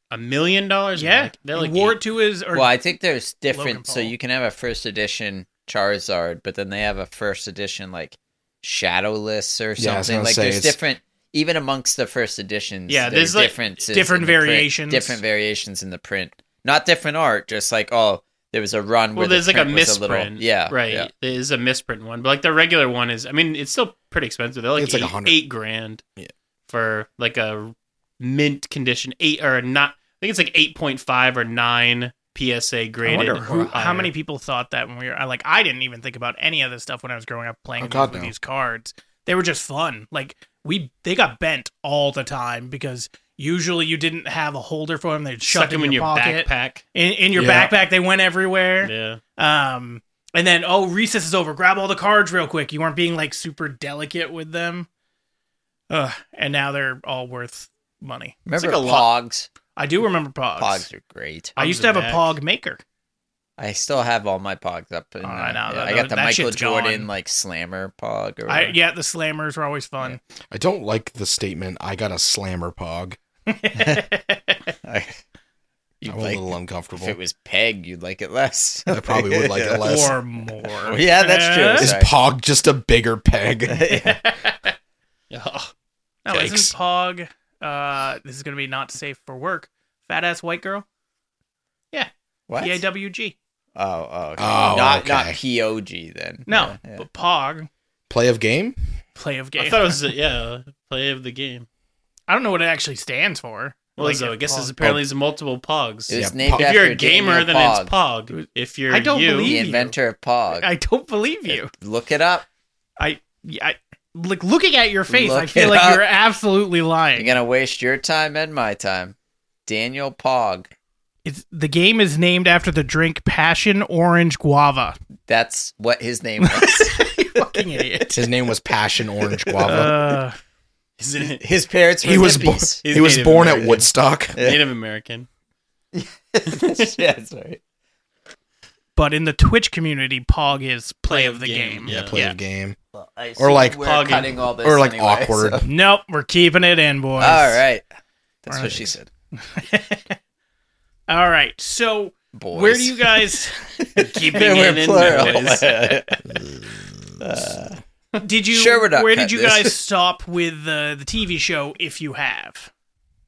Speaker 3: a million dollars.
Speaker 1: Yeah,
Speaker 3: Mike. they're like
Speaker 1: he wore
Speaker 3: eight-
Speaker 1: it to his. Or
Speaker 2: well, I think there's
Speaker 1: Logan
Speaker 2: different. So
Speaker 1: Paul.
Speaker 2: you can have a first edition Charizard, but then they have a first edition like Shadowless or
Speaker 4: Yeah, I was
Speaker 2: something.
Speaker 4: gonna
Speaker 2: like
Speaker 4: say,
Speaker 2: there's
Speaker 4: it's-
Speaker 2: different. Even amongst the first editions,
Speaker 3: Yeah,
Speaker 2: there's
Speaker 3: there's, like,
Speaker 2: differences,
Speaker 1: different
Speaker 2: in the print-
Speaker 1: variations.
Speaker 2: different variations in the print. Not different art, just like oh, there was a run.
Speaker 3: well,
Speaker 2: where the
Speaker 3: there's like a
Speaker 2: print was
Speaker 3: misprint.
Speaker 2: a little, yeah,
Speaker 3: right.
Speaker 2: yeah.
Speaker 3: There is a misprint one, but like the regular one is. I mean, it's still pretty expensive. They're like
Speaker 4: It's
Speaker 3: eight,
Speaker 4: like 100.
Speaker 3: eight grand.
Speaker 4: Yeah.
Speaker 3: for like a mint condition eight or not. I think it's like eight point five or nine PSA
Speaker 1: I
Speaker 3: graded.
Speaker 1: wonder
Speaker 3: or
Speaker 1: who, how
Speaker 3: higher.
Speaker 1: many people thought that when we were I- like I didn't even think about any of this stuff when I was growing up playing
Speaker 4: Oh, God,
Speaker 1: with
Speaker 4: no.
Speaker 1: these cards. They were just fun. Like we they got bent all the time because usually you didn't have a holder for them. They'd
Speaker 3: Stuck
Speaker 1: shove
Speaker 3: them
Speaker 1: them in your, pocket.
Speaker 3: backpack.
Speaker 1: In, in your
Speaker 4: Yeah.
Speaker 1: backpack, they went everywhere.
Speaker 3: Yeah.
Speaker 1: Um, and then oh, recess is over. Grab all the cards real quick. You weren't being like super delicate with them. Ugh, and now they're all worth money.
Speaker 2: Remember
Speaker 3: like a lot-
Speaker 2: Pogs?
Speaker 1: I do remember Pogs.
Speaker 2: Pogs are great.
Speaker 1: I
Speaker 3: Pogs
Speaker 1: used to
Speaker 3: are
Speaker 1: have a
Speaker 3: back.
Speaker 1: Pog maker.
Speaker 2: I still have all my Pogs up. In,
Speaker 1: Oh,
Speaker 2: uh,
Speaker 1: I know,
Speaker 2: yeah,
Speaker 1: that-
Speaker 2: I got the
Speaker 1: that
Speaker 2: Michael
Speaker 1: shit's
Speaker 2: Jordan
Speaker 1: gone.
Speaker 2: like slammer Pog. Or
Speaker 1: I,
Speaker 2: whatever.
Speaker 1: yeah, the slammers were always fun.
Speaker 4: I don't like the statement I got a slammer pog.
Speaker 2: You'd
Speaker 4: I'm a
Speaker 2: like-
Speaker 4: little
Speaker 2: If it
Speaker 4: uncomfortable.
Speaker 2: was Peg, you'd like it less.
Speaker 4: I probably would like it less.
Speaker 1: or more.
Speaker 2: Yeah, that's true.
Speaker 4: Is
Speaker 2: Sorry.
Speaker 4: pog just a bigger peg?
Speaker 3: Yeah.
Speaker 1: No, isn't
Speaker 4: Yikes.
Speaker 1: Pog? Uh, this is gonna be not safe for work. Fat ass white girl.
Speaker 2: What?
Speaker 1: P A W G.
Speaker 2: Oh, oh, okay.
Speaker 4: Oh,
Speaker 2: not not
Speaker 4: okay.
Speaker 2: POG then.
Speaker 1: No,
Speaker 2: Yeah, yeah.
Speaker 1: but Pog,
Speaker 4: Play of game?
Speaker 1: play of game.
Speaker 3: I
Speaker 1: I,
Speaker 3: thought it was yeah play of the game.
Speaker 1: don't know what it actually stands for.
Speaker 3: Well,
Speaker 1: Like,
Speaker 3: so I guess
Speaker 1: Pog-
Speaker 3: it's apparently it's multiple pogs.
Speaker 2: It was
Speaker 4: Yeah,
Speaker 2: named
Speaker 4: Pog.
Speaker 2: after
Speaker 3: If you're a gamer,
Speaker 2: Daniel
Speaker 3: then
Speaker 2: Pog,
Speaker 3: it's pog. If you're
Speaker 1: I don't
Speaker 3: you,
Speaker 1: believe-
Speaker 2: the
Speaker 1: you.
Speaker 2: inventor of Pog. Uh,
Speaker 1: I don't believe you.
Speaker 2: Look it up.
Speaker 1: I, I like looking at your face. I
Speaker 2: Look
Speaker 1: feel
Speaker 2: it
Speaker 1: like
Speaker 2: up.
Speaker 1: you're absolutely lying.
Speaker 2: You're gonna waste your time and my time. Daniel Pog.
Speaker 1: It's the game is named after the drink passion orange guava.
Speaker 2: That's what his name was.
Speaker 1: Fucking idiot.
Speaker 4: His name was Passion Orange Guava.
Speaker 1: Uh,
Speaker 3: Isn't it?
Speaker 2: his parents were
Speaker 4: he was born
Speaker 2: hippies.
Speaker 3: He's
Speaker 4: he was
Speaker 3: Native
Speaker 4: born at
Speaker 3: American.
Speaker 4: Woodstock.
Speaker 3: Native American.
Speaker 2: yeah, that's right.
Speaker 1: but in the Twitch community, Pog is play, of the game.
Speaker 3: Yeah.
Speaker 4: Play of game.
Speaker 2: Well, I assume
Speaker 4: like
Speaker 2: we're
Speaker 3: Pogging.
Speaker 2: cutting all this
Speaker 4: or like
Speaker 2: anyway,
Speaker 4: awkward.
Speaker 2: so-
Speaker 1: Nope, we're keeping it in, boys.
Speaker 2: All right, that's
Speaker 1: Right.
Speaker 2: what she said.
Speaker 1: All right. So
Speaker 2: Boys,
Speaker 1: where do you guys
Speaker 3: Keeping
Speaker 2: They were
Speaker 3: it in
Speaker 2: plural.
Speaker 3: boys.
Speaker 1: did you
Speaker 2: Sure, we're not
Speaker 1: where did
Speaker 2: cutting
Speaker 1: you
Speaker 2: this.
Speaker 1: guys stop with the the TV show if you have?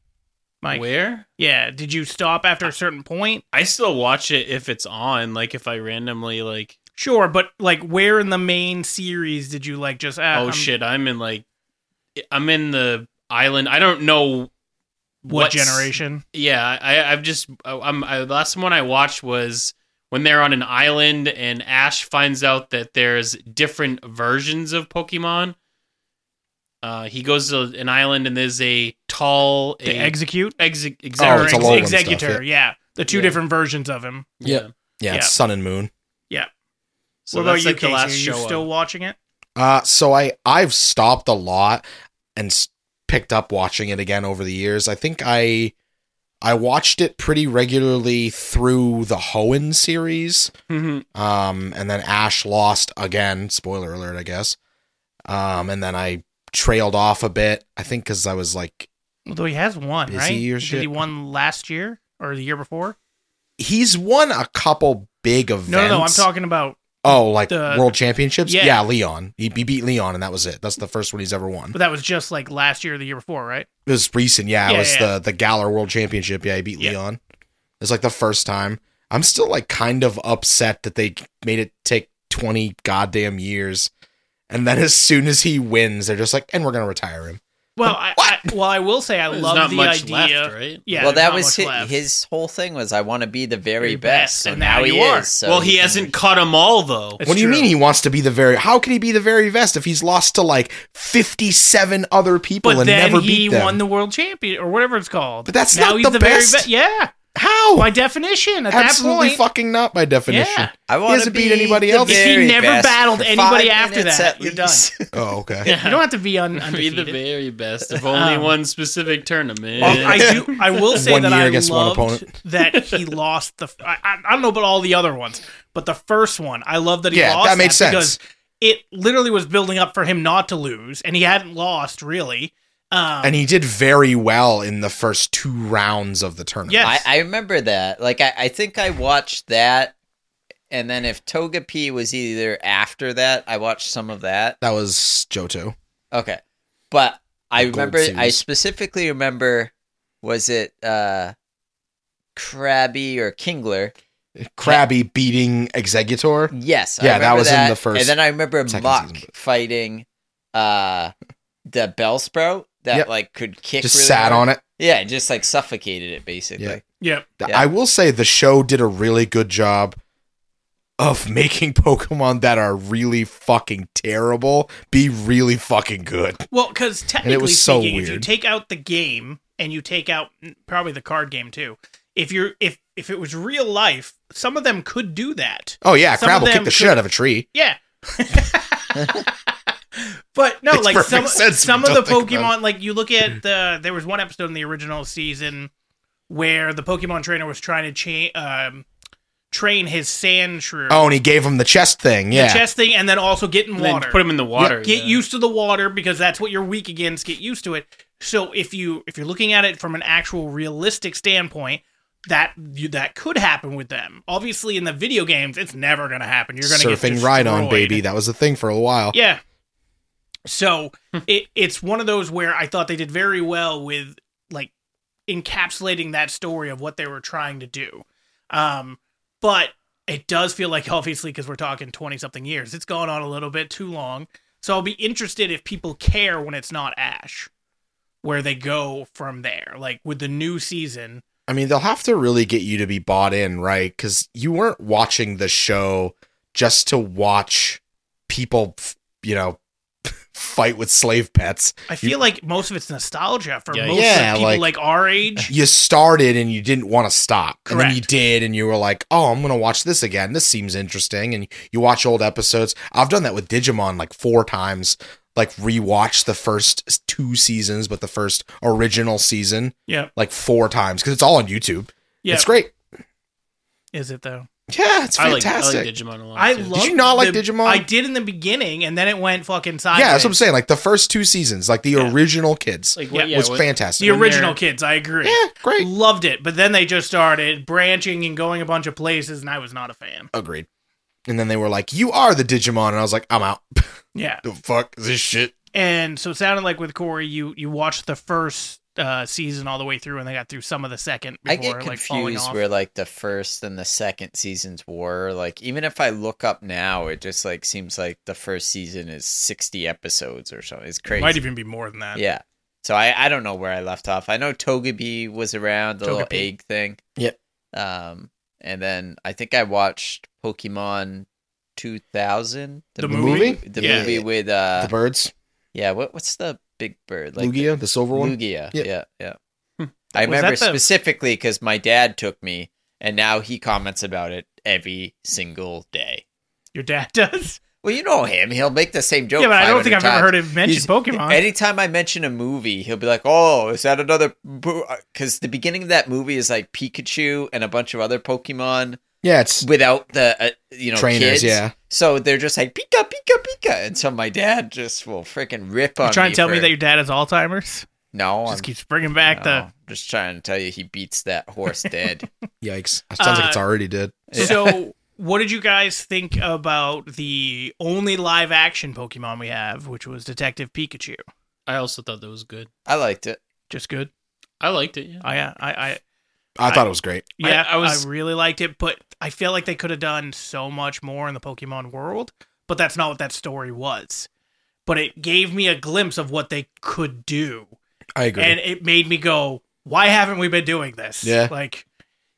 Speaker 1: Mike.
Speaker 3: Where?
Speaker 1: Yeah, did you stop after a certain point?
Speaker 3: I still watch it if it's on. Like if I randomly like,
Speaker 1: Sure, but like where in the main series did you like just ah,
Speaker 3: oh
Speaker 1: I'm-
Speaker 3: shit, I'm in like, I'm in the island. I don't know
Speaker 1: what
Speaker 3: what's-
Speaker 1: generation?
Speaker 3: Yeah, I, I've just I- I'm I, last one I watched was when they're on an island and Ash finds out that there's different versions of Pokemon. Uh, he goes to an island and there's a tall
Speaker 1: They
Speaker 3: a
Speaker 1: execute?
Speaker 3: ex- ex-
Speaker 4: Oh, it's
Speaker 1: Or
Speaker 4: a
Speaker 1: ex-
Speaker 4: Alolan stuff,
Speaker 1: executor, yeah. The two
Speaker 3: Yeah.
Speaker 1: different versions of him.
Speaker 4: Yeah. Yeah,
Speaker 1: Yeah.
Speaker 4: it's Sun and Moon.
Speaker 3: So
Speaker 1: what about
Speaker 3: that's
Speaker 1: you,
Speaker 3: like the
Speaker 1: Casey?
Speaker 3: last
Speaker 1: Are
Speaker 3: show.
Speaker 1: you
Speaker 3: up.
Speaker 1: still watching it?
Speaker 4: Uh, so I I've stopped a lot and s- picked up watching it again over the years. I think I I watched it pretty regularly through the Hoenn series,
Speaker 3: Mhm.
Speaker 4: um, and then Ash lost again. Spoiler alert, I guess. Um, and then I trailed off a bit. I think because I was like,
Speaker 1: Although he has one,
Speaker 4: Busy
Speaker 1: right?
Speaker 4: or
Speaker 1: Did he
Speaker 4: shit?
Speaker 1: won last year or the year before?
Speaker 4: he's won a couple big events.
Speaker 1: No, no, no. I'm talking about.
Speaker 4: Oh, like
Speaker 1: the-
Speaker 4: world championships?
Speaker 1: Yeah.
Speaker 4: Yeah. Leon. He, he beat Leon, and that was it. That's the first one he's ever won.
Speaker 1: But that was just like last year or the year before, right?
Speaker 4: It was recent, yeah.
Speaker 1: Yeah,
Speaker 4: it was
Speaker 1: yeah.
Speaker 4: the the Galler World Championship. Yeah, he beat
Speaker 1: Yeah.
Speaker 4: Leon. It's like the first time. I'm still like kind of upset that they made it take 20 goddamn years. And then as soon as he wins, they're just like, and we're gonna retire him.
Speaker 1: Well, I, I, well, I will say I
Speaker 3: There's
Speaker 1: love
Speaker 3: not
Speaker 1: the
Speaker 3: much
Speaker 1: idea.
Speaker 3: left, right?
Speaker 1: Yeah,
Speaker 2: well,
Speaker 1: there's
Speaker 2: that
Speaker 1: not
Speaker 2: was
Speaker 1: much
Speaker 2: his,
Speaker 1: left.
Speaker 2: his whole thing was I want to be the very
Speaker 1: Very
Speaker 2: best.
Speaker 1: best,
Speaker 2: So
Speaker 1: and
Speaker 2: now,
Speaker 1: now
Speaker 2: he
Speaker 1: you are.
Speaker 2: is. So
Speaker 3: well, he
Speaker 2: can-
Speaker 3: hasn't caught them all though.
Speaker 1: It's
Speaker 4: what do you
Speaker 1: true.
Speaker 4: mean he wants to be the very how can he be the very best if he's lost to like 57 other people
Speaker 1: But
Speaker 4: and
Speaker 1: then
Speaker 4: never
Speaker 1: he
Speaker 4: beat them?
Speaker 1: won the world champion or whatever it's called.
Speaker 4: But that's
Speaker 1: now
Speaker 4: not
Speaker 1: he's
Speaker 4: the
Speaker 1: very
Speaker 4: best.
Speaker 1: be- yeah,
Speaker 4: how?
Speaker 1: by definition, at that
Speaker 4: Absolutely
Speaker 1: point,
Speaker 4: fucking not by definition.
Speaker 1: Yeah.
Speaker 2: I want to
Speaker 4: hasn't beat anybody else. If he
Speaker 1: never battled anybody after that, you're done.
Speaker 4: Oh, okay.
Speaker 1: you don't have to be un-
Speaker 3: Be the
Speaker 1: undefeated.
Speaker 3: very best of only
Speaker 1: Um,
Speaker 3: one specific tournament.
Speaker 1: Well, Oh, I do. I will say
Speaker 4: One
Speaker 1: that
Speaker 4: year
Speaker 1: I
Speaker 4: against one
Speaker 1: loved
Speaker 4: opponent.
Speaker 1: that he lost the. I, I, I don't know about all the other ones, but the first one, I love that he
Speaker 4: Yeah,
Speaker 1: lost.
Speaker 4: that made sense.
Speaker 1: because it literally was building up for him not to lose, and he hadn't lost really. Um,
Speaker 4: And he did very well in the first two rounds of the tournament.
Speaker 1: Yes.
Speaker 2: I, I remember that. Like I, I think I watched that, and then if Togepi was either after that, I watched some of that.
Speaker 4: That was Johto.
Speaker 2: Okay, but I
Speaker 4: The Gold
Speaker 2: remember. I
Speaker 4: series.
Speaker 2: specifically remember. Was it uh Krabby or Kingler?
Speaker 4: Krabby beating Executor.
Speaker 2: Yes. I
Speaker 4: Yeah, that
Speaker 2: remember
Speaker 4: was in
Speaker 2: that.
Speaker 4: the first-
Speaker 2: And then I remember
Speaker 4: second
Speaker 2: Muck
Speaker 4: season, but-
Speaker 2: fighting uh the Bellsprout that
Speaker 4: Yep.
Speaker 2: like could kick.
Speaker 4: Just
Speaker 2: really
Speaker 4: sat
Speaker 2: hard.
Speaker 4: on it.
Speaker 2: Yeah, and just like suffocated it basically.
Speaker 4: Yeah.
Speaker 1: yeah,
Speaker 2: Yeah.
Speaker 4: I will say the show did a really good job of making Pokemon that are really fucking terrible be really fucking good.
Speaker 1: well, because technically
Speaker 4: was so
Speaker 1: speaking, if you
Speaker 4: weird.
Speaker 1: take out the game and you take out mm, probably the card game too, if you're if if it was real life, some of them could do that.
Speaker 4: Oh yeah,
Speaker 1: Some of
Speaker 4: Crabble kicked
Speaker 1: them
Speaker 4: the shit
Speaker 1: could-
Speaker 4: out of a tree.
Speaker 1: Yeah. but no,
Speaker 4: Makes
Speaker 1: like
Speaker 4: perfect
Speaker 1: some
Speaker 4: sense if
Speaker 1: some
Speaker 4: you
Speaker 1: of the
Speaker 4: don't think about Mm.
Speaker 1: Pokemon, like you look at the there was one episode in the original season where the Pokemon trainer was trying to chain um, train his sand shrew,
Speaker 4: Oh, and he gave him the chest thing.
Speaker 1: the
Speaker 4: Yeah.
Speaker 1: chest thing, and then also get in
Speaker 3: And then
Speaker 1: water.
Speaker 3: put him in the water.
Speaker 1: Get
Speaker 3: yeah.
Speaker 1: used to the water because that's what you're weak against. Get used to it. So if you if you're looking at it from an actual realistic standpoint, that you, that could happen with them. Obviously, in the video games, it's never going to happen. You're going to
Speaker 4: Surfing right on, baby. That was a thing for a while.
Speaker 1: Yeah. So
Speaker 4: Hmm.
Speaker 1: it it's one of those where I thought they did very well with like encapsulating that story of what they were trying to do. Um, but it does feel like obviously because we're talking twenty something years, it's gone on a little bit too long. So I'll be interested if people care when it's not Ash, where they go from there. Like with the new season,
Speaker 4: I mean, they'll have to really get you to be bought in, right? Because you weren't watching the show just to watch people, f- you know, fight with slave pets.
Speaker 1: I feel like most of it's nostalgia for
Speaker 3: Yeah,
Speaker 1: most
Speaker 4: yeah,
Speaker 1: of people
Speaker 4: like-
Speaker 1: like our age.
Speaker 4: You started and you didn't want to stop. And then you
Speaker 1: Correct.
Speaker 4: did, and you were like, oh, I'm going to watch this again. This seems interesting. And you watch old episodes. I've done that with Digimon like four times, like rewatch the first two seasons, but the first original season
Speaker 1: Yeah,
Speaker 4: like four times because it's all on YouTube.
Speaker 1: yeah.
Speaker 4: It's great.
Speaker 1: Is it though?
Speaker 4: Yeah, it's
Speaker 3: I like, I
Speaker 4: fantastic.
Speaker 3: like Digimon a lot.
Speaker 1: I
Speaker 3: too.
Speaker 1: love.
Speaker 4: you not like
Speaker 1: the-
Speaker 4: Digimon?
Speaker 1: I did in the beginning, and then it went fucking sideways.
Speaker 4: yeah, that's what I'm saying. Like the first two seasons, like the original kids,
Speaker 3: like
Speaker 1: Yeah,
Speaker 3: what, yeah,
Speaker 4: was
Speaker 3: what-
Speaker 1: The
Speaker 4: fantastic.
Speaker 3: when
Speaker 1: original
Speaker 3: they're-
Speaker 1: kids, I agree.
Speaker 4: yeah, great.
Speaker 1: Loved it, but then they just started branching and going a bunch of places, and I was not a fan.
Speaker 4: Agreed. And then they were like, "You are the Digimon," and I was like, "I'm out."
Speaker 1: Yeah,
Speaker 4: the fuck is this shit?
Speaker 1: and so it sounded like with Corey, you you watched the first uh, season all the way through, and they got through some of the second
Speaker 2: I
Speaker 1: before
Speaker 2: get
Speaker 1: like falling
Speaker 2: confused
Speaker 1: off.
Speaker 2: where like the first and the second seasons were. Like even if I look up now, it just like seems like the first season is sixty episodes or something. It's crazy.
Speaker 1: Might even be more than that.
Speaker 2: Yeah. So I, I don't know where I left off. I know Togepi was around, the little
Speaker 1: Togepi.
Speaker 2: egg thing.
Speaker 4: Yep.
Speaker 2: Um, and then I think I watched Pokemon 2000,
Speaker 1: The
Speaker 4: movie?
Speaker 2: the
Speaker 3: Yeah.
Speaker 2: movie with uh,
Speaker 4: the birds,
Speaker 2: yeah, what what's the big bird
Speaker 4: Lugia, the, silver one.
Speaker 2: Lugia.
Speaker 4: Yeah.
Speaker 2: Yeah, yeah.
Speaker 3: Hmm.
Speaker 1: Was
Speaker 2: I remember
Speaker 1: that the-
Speaker 2: specifically because my dad took me, and now he comments about it every single day.
Speaker 1: Your dad does.
Speaker 2: Well, you know him; he'll make the same joke.
Speaker 1: yeah, but I don't think
Speaker 2: 500
Speaker 1: I've ever
Speaker 2: times.
Speaker 1: heard it mentioned
Speaker 2: He's-
Speaker 1: Pokemon.
Speaker 2: Anytime I mention a movie, he'll be like, "Oh, is that another?" Because the beginning of that movie is like Pikachu and a bunch of other Pokemon
Speaker 4: Yeah, it's
Speaker 2: without the uh, you know
Speaker 4: trainers.
Speaker 2: kids.
Speaker 4: Yeah,
Speaker 2: So they're just like Pika, Pika, Pika, and so my dad just will freaking rip on.
Speaker 1: you trying to tell me
Speaker 2: for-
Speaker 1: that your dad has Alzheimer's?
Speaker 2: no, I'm
Speaker 1: Just keeps bringing back
Speaker 2: no, just trying to tell you he beats that horse dead.
Speaker 4: yikes! It sounds like it's
Speaker 1: Uh,
Speaker 4: already dead.
Speaker 1: the. So, what did you guys think about the only live action Pokemon we have, which was Detective Pikachu?
Speaker 3: I also thought that was good.
Speaker 2: I liked it.
Speaker 1: Just good.
Speaker 3: I liked it. Yeah.
Speaker 1: I, I, I,
Speaker 4: I thought it was great.
Speaker 3: I-
Speaker 1: yeah, I,
Speaker 3: I was-
Speaker 1: really liked it, but I feel like they could have done so much more in the Pokemon world, but that's not what that story was. But it gave me a glimpse of what they could do.
Speaker 4: I agree.
Speaker 1: and it made me go, "Why haven't we been doing this?"
Speaker 4: Yeah.
Speaker 1: Like,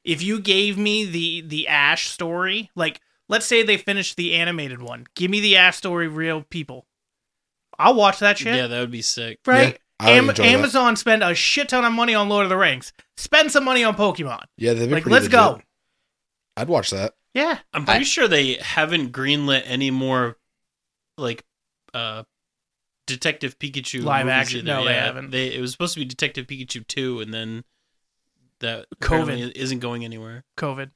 Speaker 1: if you gave me the the Ash story, like let's say they finished the animated one, give me the Ash story, real people. I'll watch that shit.
Speaker 3: Yeah, that would be sick.
Speaker 1: Right?
Speaker 4: I would
Speaker 1: Am-
Speaker 4: enjoy that.
Speaker 1: Amazon spent a shit ton of money on Lord of the Rings. Spend some money on Pokemon.
Speaker 4: Yeah, they've been
Speaker 1: Like,
Speaker 4: pretty
Speaker 1: let's
Speaker 4: legit.
Speaker 1: go.
Speaker 4: I'd watch that.
Speaker 1: Yeah.
Speaker 3: I'm pretty
Speaker 2: I-
Speaker 3: sure they haven't greenlit any more, like, uh, Detective Pikachu
Speaker 1: Live
Speaker 3: movies
Speaker 1: action.
Speaker 3: either.
Speaker 1: No, they haven't.
Speaker 3: They, it was supposed to be Detective Pikachu two, and then that
Speaker 1: COVID.
Speaker 3: apparently isn't going anywhere.
Speaker 1: COVID.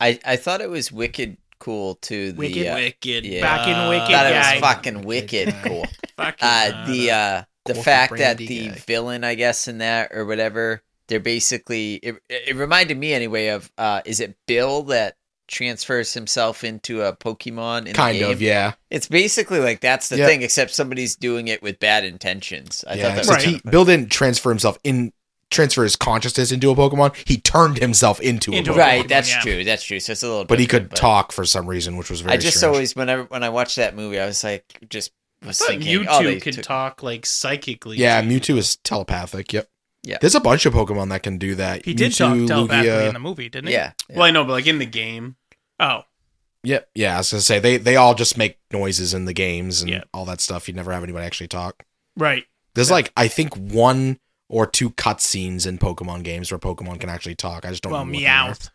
Speaker 2: I, I thought it was wicked cool too. The
Speaker 1: Wicked?
Speaker 2: uh,
Speaker 3: Wicked,
Speaker 2: Yeah.
Speaker 1: Fucking
Speaker 3: uh,
Speaker 1: wicked
Speaker 2: thought it
Speaker 1: guy.
Speaker 2: was fucking wicked
Speaker 4: guy.
Speaker 2: cool.
Speaker 3: Fucking,
Speaker 2: Uh, the uh, the
Speaker 4: Cool
Speaker 2: fact that
Speaker 4: brandy
Speaker 2: the
Speaker 4: guy.
Speaker 2: villain, I guess, in that or whatever, they're basically it, it reminded me anyway of uh, is it Bill that transfers himself into a Pokemon in
Speaker 4: Kind
Speaker 2: the game?
Speaker 4: of, yeah.
Speaker 2: It's basically like that's the
Speaker 4: Yeah.
Speaker 2: thing, except somebody's doing it with bad intentions. I
Speaker 4: yeah.
Speaker 2: thought that
Speaker 4: so
Speaker 2: was
Speaker 1: Right.
Speaker 4: he, Bill didn't transfer himself in transfer his consciousness into a Pokemon. He turned himself into,
Speaker 1: Into
Speaker 4: a
Speaker 1: a
Speaker 4: Pokemon.
Speaker 2: right.
Speaker 1: Pokemon,
Speaker 2: That's
Speaker 1: yeah.
Speaker 2: true. That's true. So it's a little,
Speaker 4: But he could
Speaker 2: different, but-
Speaker 4: talk for some reason, which was very
Speaker 2: I just
Speaker 4: strange.
Speaker 2: always whenever when I watched that movie, I was like, just was
Speaker 3: But
Speaker 2: thinking,
Speaker 3: you two
Speaker 2: oh, they
Speaker 3: could
Speaker 2: took-
Speaker 3: talk like psychically.
Speaker 4: Yeah,
Speaker 3: too.
Speaker 4: Mewtwo is telepathic. Yep.
Speaker 2: Yeah.
Speaker 4: There's a bunch of Pokemon that can do that.
Speaker 1: He did
Speaker 4: Mewtwo,
Speaker 1: talk telepathically
Speaker 4: Lugia.
Speaker 1: in the movie, didn't he?
Speaker 2: Yeah, yeah.
Speaker 3: Well, I know, but like in the game,
Speaker 1: Oh,
Speaker 4: Yep. Yeah, I was gonna say they they all just make noises in the games and
Speaker 1: Yeah.
Speaker 4: all that stuff. You never have anybody actually talk.
Speaker 1: right.
Speaker 4: There's like I think one or two cutscenes in Pokemon games where Pokemon can actually talk. I just don't.
Speaker 1: Well,
Speaker 4: know what they are.
Speaker 1: Meowth.